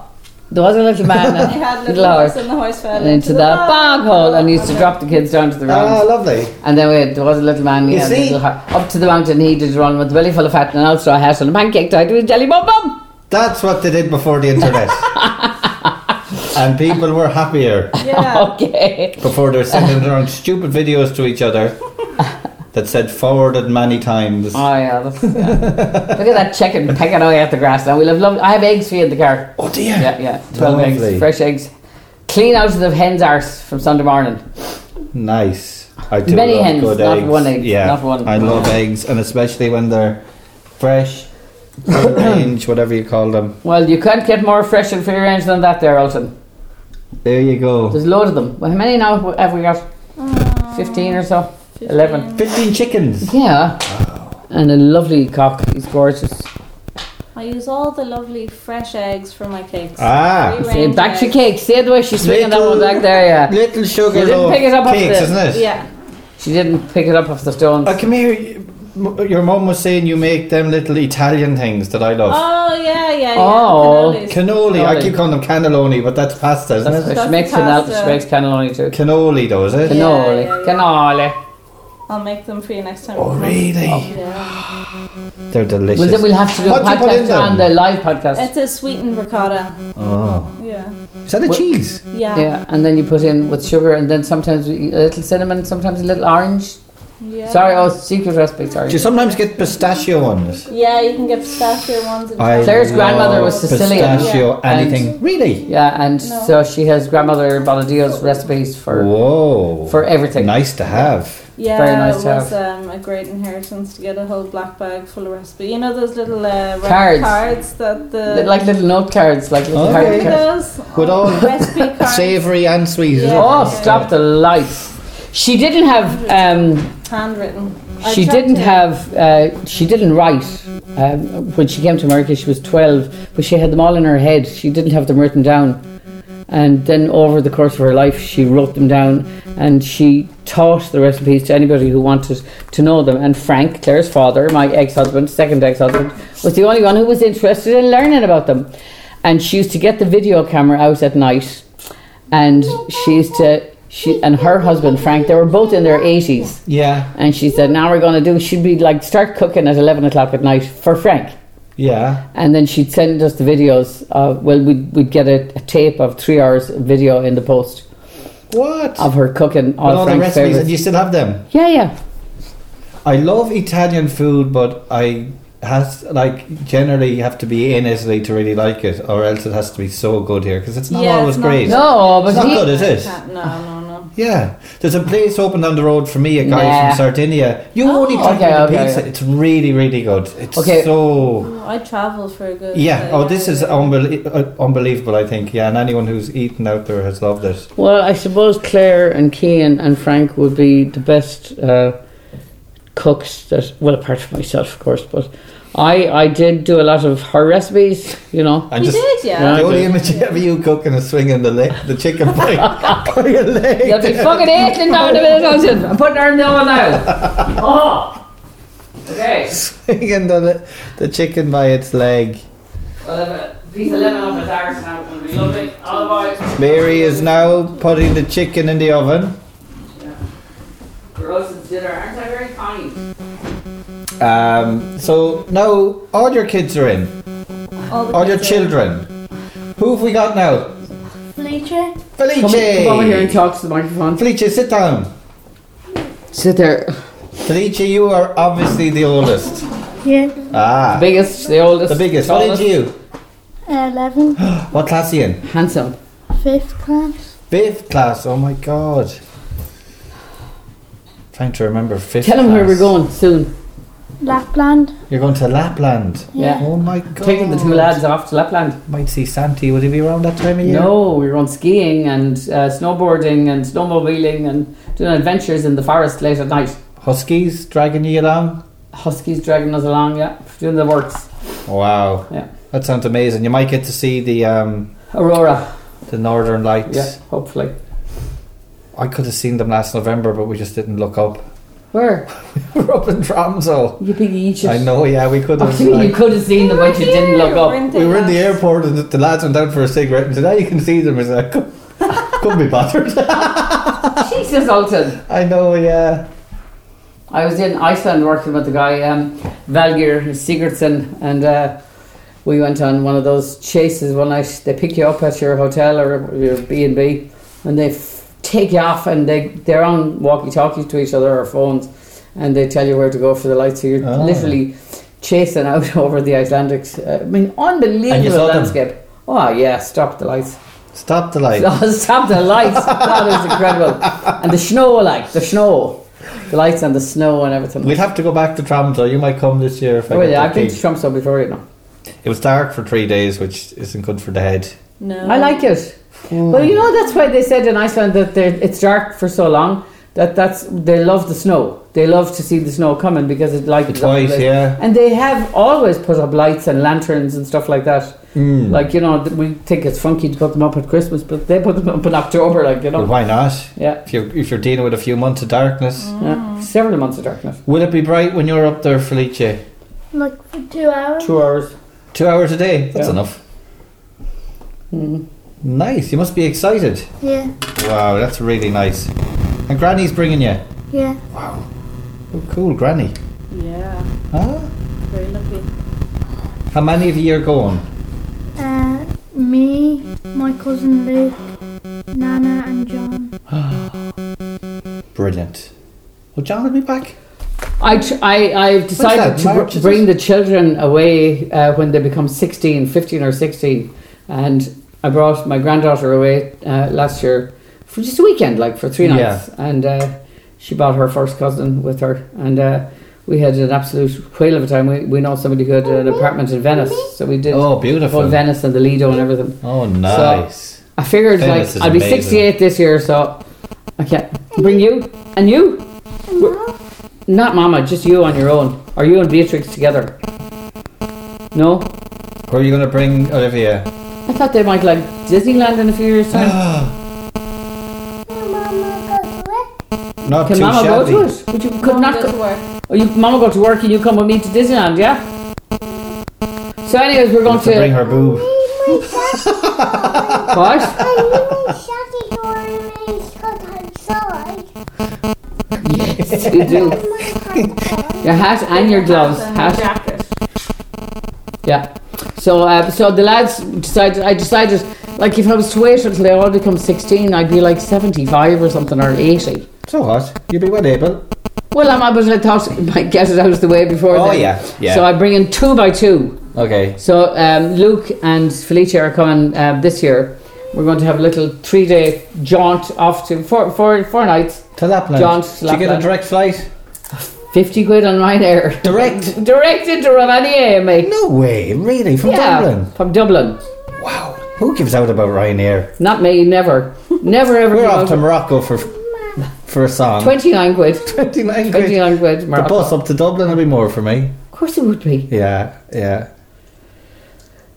there was a little man and
They had
a
little,
little
horse
horse.
and the horse fell
And into the bog hole and he used to drop the kids down to the
ah,
round.
lovely.
And then we had, there was a little man and he
You
had a
see?
little horse. Up to the mountain he did run with a belly full of fat and an ulcer hat and a pancake tied to his jelly bum bum.
That's what they did before the internet. and people were happier
Yeah.
Okay.
before they were sending around stupid videos to each other that said forwarded many times.
Oh yeah, that's, yeah. look at that chicken pecking away at the grass. Now we'll have lovely. I have eggs for you in the car.
Oh dear.
Yeah, yeah, twelve
Lovely.
eggs, fresh eggs, clean out of the hen's arse from Sunday morning.
Nice. I do
Many
love
hens,
good
not
eggs.
one egg,
Yeah,
not one.
I love eggs, and especially when they're fresh, free range, whatever you call them.
Well, you can't get more fresh and free range than that, there, Alton.
There you go.
There's loads of them. Well, how many now have we got? Fifteen or so. Eleven.
Fifteen chickens.
Yeah. And a lovely cock. He's gorgeous.
I use all the lovely fresh eggs for my cakes.
Ah,
Free
See,
range
back to
eggs.
cake. See the way she's swinging that one back there. Yeah.
little sugar
You didn't
loaf
pick it up off
cakes,
the-
isn't it?
Yeah.
She didn't pick it up off the stones.
Uh, come here. y- m- Your mum was saying you make them little Italian things that I love.
Oh yeah, yeah, yeah.
Oh.
cannolis.
cannoli. I
Cannoli.
keep calling them cannelloni, but that's pasta, isn't
That's
it?
what
That's
she makes
the
cannoli.
pasta.
She makes cannelloni too.
Cannoli, though, is it?
Yeah.
Cannoli.
yeah, yeah.
Cannoli.
I'll make them for you next time.
Oh, really?
Yeah.
They're delicious.
Well, then we'll have to do a
What do you put in
podcast on the
them?
live podcast.
It's a sweetened ricotta.
oh,
Yeah.
is that a cheese?
Yeah.
yeah, and then you put in with sugar, and then sometimes we- a little cinnamon, sometimes a little orange.
Yeah.
Sorry, oh, secret recipe. Sorry.
Do you sometimes get pistachio ones?
Yeah, you can get pistachio ones. In
I
Claire's
love
grandmother was Sicilian.
Pistachio,
Yeah.
anything. really?
yeah, and
No.
so she has grandmother Boladio's recipes for
Whoa.
for everything.
Nice to have.
yeah,
very nice
it
to
was um, a great inheritance to get a whole black bag full of recipes. You know those little uh, red
Cards.
cards that the
Li- Like little note cards, like little
Okay.
card cards.
those
With all
Oh, recipe cards.
Savoury and sweet. isn't
Yeah.
it?
Oh, stop the lights! She didn't have. Um,
handwritten. I
she
tried
didn't
to-
have. Uh, she didn't write. Um, when she came to America, she was twelve, but she had them all in her head. She didn't have them written down. and then over the course of her life she wrote them down and she taught the recipes to anybody who wanted to know them and frank claire's father my ex-husband second ex-husband was the only one who was interested in learning about them and she used to get the video camera out at night and she used to she and her husband frank they were both in their 80s
Yeah.
and she said now we're going to do she'd be like start cooking at 11 o'clock at night for frank
Yeah.
and then she'd send us the videos. Uh, well, we'd, we'd get a, a tape of three hours of video in the post.
What?
of her cooking all
With all the
Frank's
recipes, and
favorites.
you still have them.
Yeah, yeah.
I love Italian food, but I has like generally you have to be in Italy to really like it, or else it has to be so good here because it's not
Yeah,
always
it's not-
great. it's
No, but
not
he,
good, is it?
Can't- No, no, no.
Yeah, there's a place open down the road for me. A guy
Nah.
from Sardinia. You only
Oh.
talk
Okay,
about
okay,
pizza.
yeah.
It's really, really good. It's
Okay.
so.
Oh, I travel for a good.
Yeah.
day.
Oh, this is unbel- uh, unbelievable. I think. Yeah, and anyone who's eaten out there has loved it.
Well, I suppose Claire and Kean and Frank would be the best uh, cooks that, well, apart from myself, of course, but I, I did do a lot of her recipes, you know.
And
You
just
did, yeah.
the
Yeah.
only image of you cooking is swinging the leg, the chicken plate on your leg.
You'll be fucking eating down in a minute, won't you? I'm putting her in the oven now. Oh! Okay.
swinging the le- the chicken by its leg.
Well, if a piece of lemon on the dark now it's going to be lovely. Otherwise,
Mary is now putting the chicken in the oven.
roasted dinner. Aren't I very funny?
Um, so now all your kids are in,
All, the
all your
kids are-
children. Who have we got now?
Felice.
Felice.
Come, come over here and talk to the microphone.
Felice, sit down.
Sit there.
Felice, you are obviously the oldest.
Yeah.
Ah,
Biggest, the oldest.
the biggest. What age
tallest,
are you?
11.
What class are you in?
Handsome.
Fifth class.
Fifth class. Oh my god. Trying to remember fifth.
Tell him where
class.
we're going soon.
Lapland.
You're going to Lapland.
Yeah.
Oh my god.
Taking the two lads off to Lapland.
Might see Santi. Would he be around that time of year?
No, we were on skiing and uh, snowboarding and snowmobiling and doing adventures in the forest late at night.
Huskies dragging you along?
Huskies dragging us along, yeah, doing the works.
Wow.
Yeah.
That sounds amazing. You might get to see the um,
Aurora,
the northern lights.
yeah, hopefully.
I could have seen them last November, but we just didn't look up.
Where?
We're up in Tromso.
You big eater.
I know. Yeah, we could have.
Actually, you
like-
could have seen them, but you didn't look up.
Weren't they
we were in the
last?
airport and the, the lads went down for a cigarette, and today you can see them. Is like, couldn't couldn't be bothered.
Jesus, Alton.
I know. Yeah.
I was in Iceland working with the guy um, Valgir Sigurdsson, and uh, we went on one of those chases one night. They pick you up at your hotel or your B and B, and they f- take you off, and they they're on walkie talkies to each other or phones, and they tell you where to go for the lights. So you're
Oh.
literally chasing out over the Icelandics. Uh, I mean,
saw
unbelievable
them?
landscape. Oh yeah, stop the lights.
Stop the light.
Oh, stop the lights. That is incredible. And the snow, like, the snow. The lights and the snow and everything.
We'd have to go back to Tromso. You might come this year if I
Oh,
get
yeah,
the
I've been
gig.
to Tromso before, you know.
It was dark for three days, which isn't good for the head.
No.
I like it.
Mm.
Well, you know, that's why they said in Iceland that they're- it's dark for so long that that's they love the snow. They love to see the snow coming because it like
It's white, yeah.
And they have always put up lights and lanterns and stuff like that.
Mm.
Like, you know, th- we think it's funky to put them up at Christmas, but they put them up in October, like, you know.
Well, why not?
Yeah. Mm.
If you're, if you're dealing with a few months of darkness, Mm.
yeah. Several months of darkness.
will it be bright when you're up there, Felice?
Like for two hours.
Two hours.
Two hours a day? That's
Yeah.
enough.
Mm.
Nice. You must be excited.
Yeah.
Wow, that's really nice. And Granny's bringing you.
Yeah.
Oh, cool, Granny.
Yeah,
Huh?
very lucky.
How many of you are going?
Uh, me, my cousin Luke, Nana, and John.
Brilliant. Will John will be back?
I, tr- I, I've decided
that,
to
March,
br-
is
bring the children away uh, when they become 16, 15 or 16. And I brought my granddaughter away uh, last year for just a weekend, like for three nights. And uh, she brought her first cousin with her. And uh, we had an absolute whale of a time. We, we know somebody who had an apartment in Venice. So we did
Oh,
all
beautiful.
Venice and the Lido and everything.
Oh, nice.
I figured
Venice is
like I'll be
amazing.
68 this year, so I can't bring you and you. Not Mama, just you on your own. Are you and Beatrix together? No,
Where are you going to bring Olivia?
I thought they might like Disneyland in a few years' time.
Mama goes away.
Not
Can
too
Mama
shabby.
go to it? But you could
Mom
not
goes to
go.
work.
Oh, you, Mama go to work and you come with me to Disneyland, yeah. So, anyways, we're
You
going
have to bring
to
her boob.
Leave my shaggy.
what?
leave my shaggy door in my shirt outside.
you do
My hat.
your hat and your gloves.
And
Hat.
jacket.
Yeah. So uh, so the lads decided. I decided Like if I was to wait until they all become 16, I'd be like 75 or something or 80.
So what? You'll be well able.
Well, I'm but I thought I might get it out of the way before.
Oh,
then.
yeah, yeah.
So I bring in two by two.
Okay.
So um, Luke and Felicia are coming uh, this year. We're going to have a little three-day jaunt off to four, four, four nights.
To Lapland.
John, to
Did you get a
Lapland.
direct flight?
Fifty quid on Ryanair.
Direct?
Direct into Romania, eh, mate.
No way, really? From
yeah,
Dublin?
from Dublin.
Wow. Who gives out about Ryanair?
Not me. Never, never ever.
We're
come
off
out.
to Morocco for for a song.
Twenty-nine quid.
29 quid.
Twenty-nine quid.
The
Morocco.
bus up to Dublin will be more for me.
Of course it would be.
Yeah, yeah.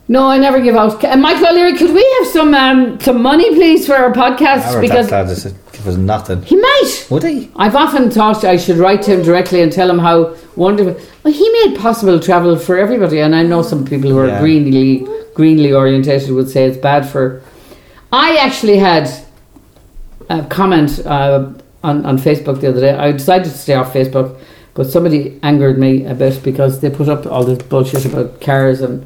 No, I never give out. And Michael O'Leary, could we have some um, some money, please, for our podcast?
Our
because
dad is give us nothing.
he might.
Would he?
I've often thought I should write to him directly and tell him how wonderful. Well, he made possible travel for everybody, and I know some people who are
Yeah.
greenly, greenly orientated would say it's bad for. I actually had a comment uh, on on Facebook the other day. I decided to stay off Facebook, but somebody angered me a bit because they put up all this bullshit about cars and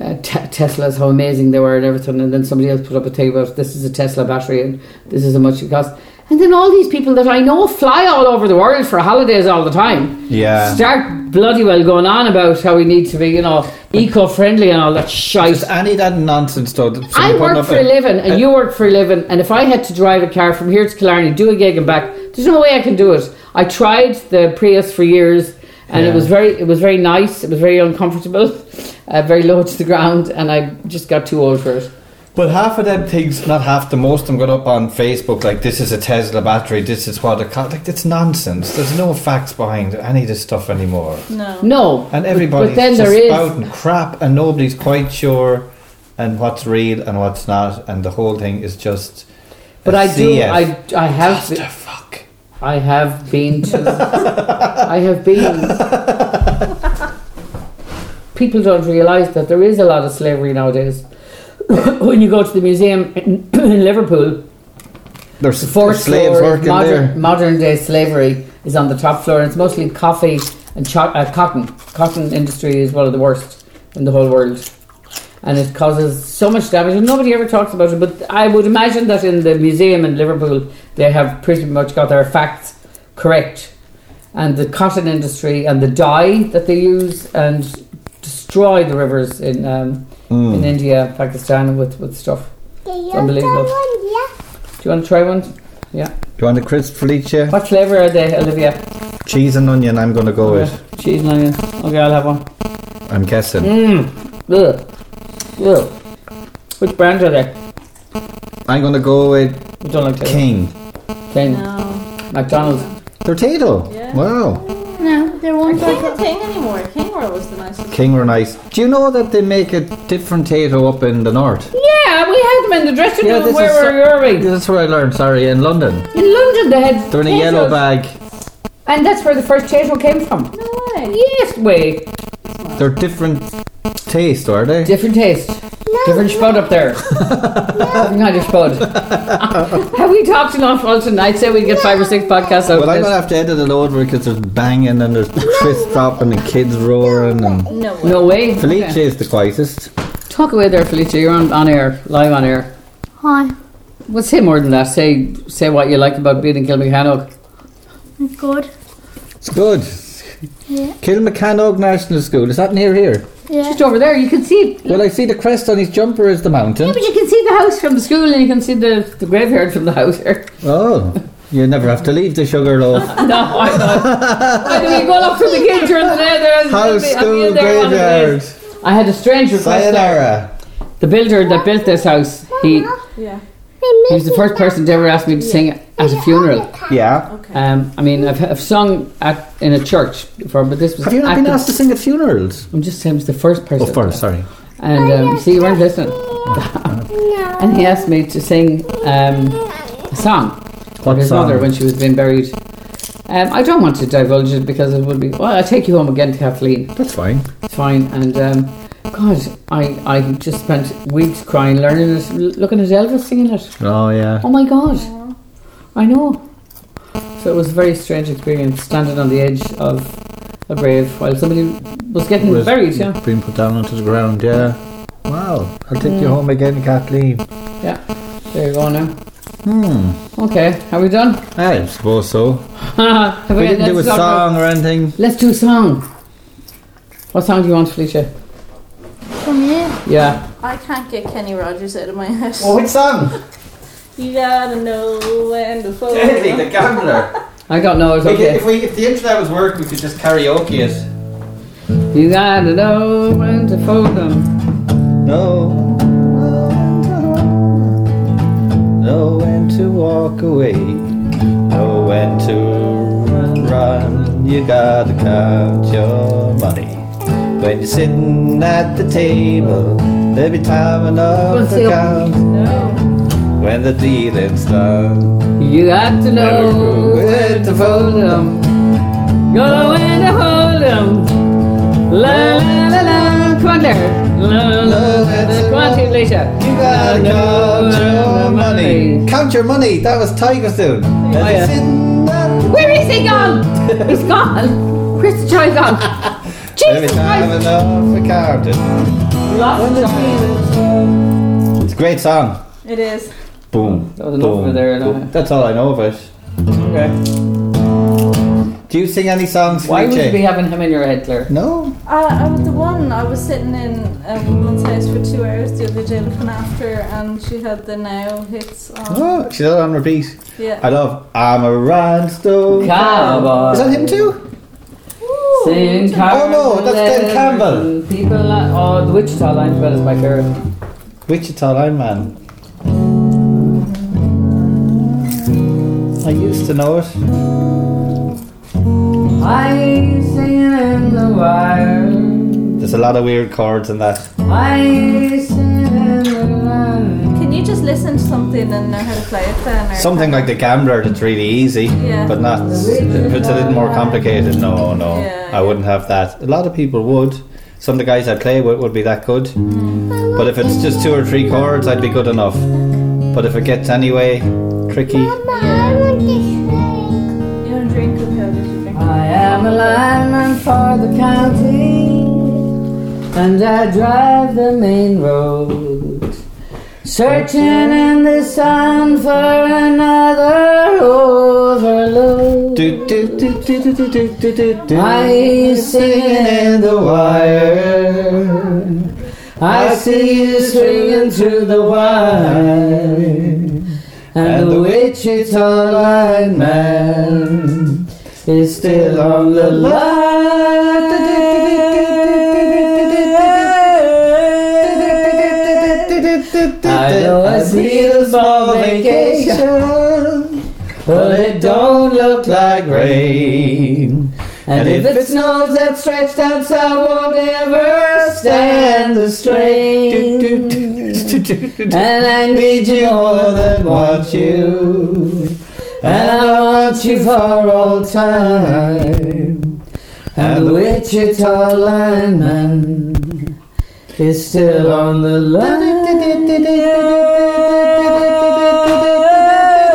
uh, te- Teslas, how amazing they were and everything. And then somebody else put up a thing about this is a Tesla battery and this is how much it costs. And then all these people that I know fly all over the world for holidays all the time
Yeah.
start bloody well going on about how we need to be, you know, eco friendly and all that shite.
Just any of that nonsense though. that
I
somebody putting
work
up
for a living and you work for a living, and if I had to drive a car from here to Killarney, do a gig and back, there's no way I can do it. I tried the Prius for years, and
Yeah.
it was very, it was very nice. It was very uncomfortable, uh, very low to the ground, and I just got too old for it.
But half of them things, not half, the most of them got up on Facebook like this is a Tesla battery, this is what it costs. Like, it's nonsense. There's no facts behind any of this stuff anymore.
No.
No,
And
but-
everybody's
But, then
just
there is.
spouting crap and nobody's quite sure and what's real and what's not and the whole thing is just
But
a
I do.
CF.
I I have.
What
be-
the fuck?
I have been to. I have been. People don't realise that there is a lot of slavery nowadays. when you go to the museum in, in Liverpool,
There's
the fourth
slaves
floor,
working
is modern,
there.
modern day slavery is on the top floor, and it's mostly coffee and cho- uh, cotton. Cotton industry is one of the worst in the whole world, and it causes so much damage. And nobody ever talks about it, but I would imagine that in the museum in Liverpool, they have pretty much got their facts correct, and the cotton industry and the dye that they use and destroy the rivers in um,
Hmm.
in India, Pakistan with with stuff.
The
unbelievable.
other one, yeah.
Do you want to try one? Yeah.
Do you want a crisp Felicia?
What flavour are they, Olivia?
Cheese and onion I'm gonna go with.
Cheese and onion. Okay, I'll have one.
I'm guessing.
Mm. Ugh. Ugh. Which brand are they?
I'm gonna go with
We don't like Taylor.
King.
King.
No.
McDonald's.
Potato.
Yeah.
Wow.
No, there
I
won't
can't get King anymore. King roll was the nicest.
King were nice. Do you know that they make a different potato up in the north?
Yeah, we had them in the dressing room where
so-
were we?
This is where I learned, sorry, in London.
In London they had
They're in a yellow
potatoes.
bag.
And that's where the first potato came from.
No way.
Yes, way.
They're different taste, are they?
Different taste. Different spud up there. Different kind of spud. have we talked enough all tonight? Say we get five or six podcasts out
Well, I'm
of
gonna
this.
have to edit it over because there's banging and there's twist up and the kids roaring and
No way.
No way.
Felice
Okay.
is the quietest.
Talk away there, Felicia. You're on, on air, live on air.
Hi.
Well, say more than that. Say say what you like about being in Kilmachannock.
Good.
It's good.
Yeah.
Kilmacanog National School. Is that near here?
Yeah.
Just over there, you can see it.
Well, I see the crest on his jumper is the mountain.
But you can see the house from the school and you can see the, the graveyard from the house here.
Oh, you never have to leave the Sugarloaf.
No, I know. I mean, you go up to the gate during the day. There's
House school
graveyard.
graveyard.
I had a strange request. there.
Sayonara.
The builder that built this house, he,
Yeah.
he was the first person to ever ask me to sing at a funeral.
Yeah.
Okay.
Um, I mean, I've, I've sung at, in a church before, but this was.
Have you not
at
been
the-
asked to sing at funerals?
I'm just saying, it was the first person.
Oh, first, sorry.
And um, see, you weren't listening. and he asked me to sing um, a song for
What
his mother
song?
when she was being buried. Um, I don't want to divulge it because it would be. Well, I'll take you home again, Kathleen.
That's fine.
It's fine. And um, God, I, I just spent weeks crying, learning it, l- looking at Elvis singing it.
Oh, yeah.
Oh my God. I know. So it was a very strange experience standing on the edge of a grave while somebody was getting
Was
buried, yeah.
Being put down onto the ground, yeah. Wow. I'll take you home again, Kathleen.
Yeah. There you go now.
Hmm.
Okay, are we done?
I suppose so.
Have
We didn't
let's
do a
talk about-
song or anything.
Let's do a song. What song do you want, Felicia?
From you.
Yeah.
I can't get Kenny Rogers out of my head.
which song?
You gotta know when to fall.
Deadly, the gambler.
I don't know, it's
We could-
okay.
if, we, if the internet was working, we could just karaoke it.
You gotta know when to fold them.
No. Know when to walk away. Know when to run. You gotta count your money. When you're sitting at the table, there be time enough to
Conceal.
count. When the dealing's done.
You got to know
Never go
when to fold them. Go when to hold them. La la la la. Come on there. La la la. la. Come on, Team Felicia.
You gotta count your money. Count your money. That was Tiger Soon.
Oh, yeah. Where is he gone? He's gone. Where's the child gone?
Every
Jesus
time
Christ.
enough for counting.
We lost the child.
It's a great song.
It is.
Boom.
That was enough
boom,
over there,
boom.
don't I?
That's all I know of it.
Okay.
Do you sing any songs?
Why would
Felice?
you be having him in your head, Claire?
No.
Uh, I was the one I was sitting in a woman's house for two hours the other day looking after, her and she had the now hits on.
Oh, she's on repeat.
Yeah.
I love I'm a rhinestone.
Oh. Cowboy.
Is that him too?
Sing
Oh, no, that's Dan
Carolyn,
Campbell.
People, li- oh, the Wichita Line's well is my favorite.
Wichita Line Man. I used to know it.
I sing in the wire.
There's a lot of weird chords in that.
I sing in the wire.
Can you just listen to something and know how to play it then? Or
Something like the gambler that's really easy,
Yeah.
but not. If it's a little more complicated, no, no,
Yeah,
I wouldn't have that. A lot of people would. Some of the guys I play with would be that good, but if it's just two or three chords, I'd be good enough. But if it gets anyway tricky,
Mama, I want to drink.
You don't drink with her, did you drink?
I am a lineman for the county, and I drive the main road. Searching in the sun for another overload.
do do do do do do do do do. do.
I sing in the wire. I see you swinging through the wire. And the Wichita line man is still on the line. I know I see a small vacation, but it don't look like rain. And if it snows that stretched out south won't ever stand the strain. And I need you more than want you, and I want you for all time. And the Wichita lineman is still on the line.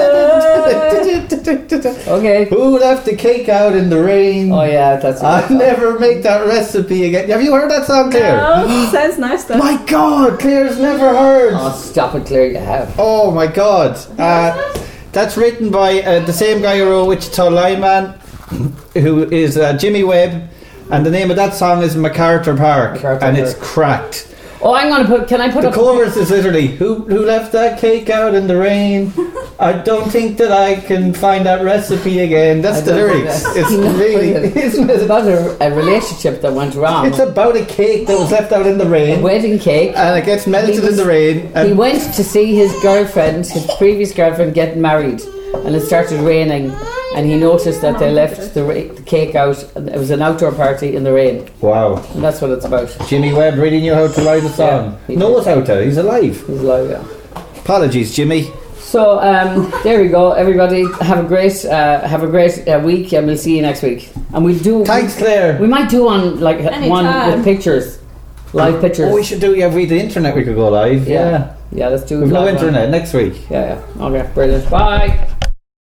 Okay.
Who left the cake out in the rain?
Oh yeah, that's
I'll never make that recipe again. Have you heard that song, Claire?
Oh, sounds nice though.
My God, Claire's never heard.
Oh, stop it, Claire. You have.
Oh my god. Uh, that's written by uh, the same guy who wrote Wichita Lineman, who is uh, Jimmy Webb, and the name of that song is MacArthur Park,
MacArthur
and
Park.
it's cracked.
Oh, I'm gonna put. Can I put
The
up?
chorus is literally who who left that cake out in the rain. I don't think that I can find that recipe again. That's the
I don't think
lyrics.
that's-
It's really isn't
It's
it?
about a, a relationship that went wrong.
It's about a Uh, cake that was left out in the rain,
wedding cake.
and it gets melted in the rain.
He
And
went to see his girlfriend, his previous girlfriend, get married, and it started raining. And he noticed that they left the, ra- the cake out. and It was an outdoor party in the rain,
wow,
and that's what it's about.
Jimmy Webb really knew how to write a song.
he
Knows how to. He's alive.
He's like, yeah.
Apologies, Jimmy.
So um, there we go, everybody. Have a great, uh, have a great uh, week, and we'll see you next week. And we'll do.
Thanks, Claire.
We might do one like one
Anytime.
with pictures, live pictures.
Oh, we should do. Yeah, we the internet. We could go live.
yeah, yeah. Let's do.
We've no
live one.
internet next week.
Yeah, yeah. Okay, brilliant. Bye.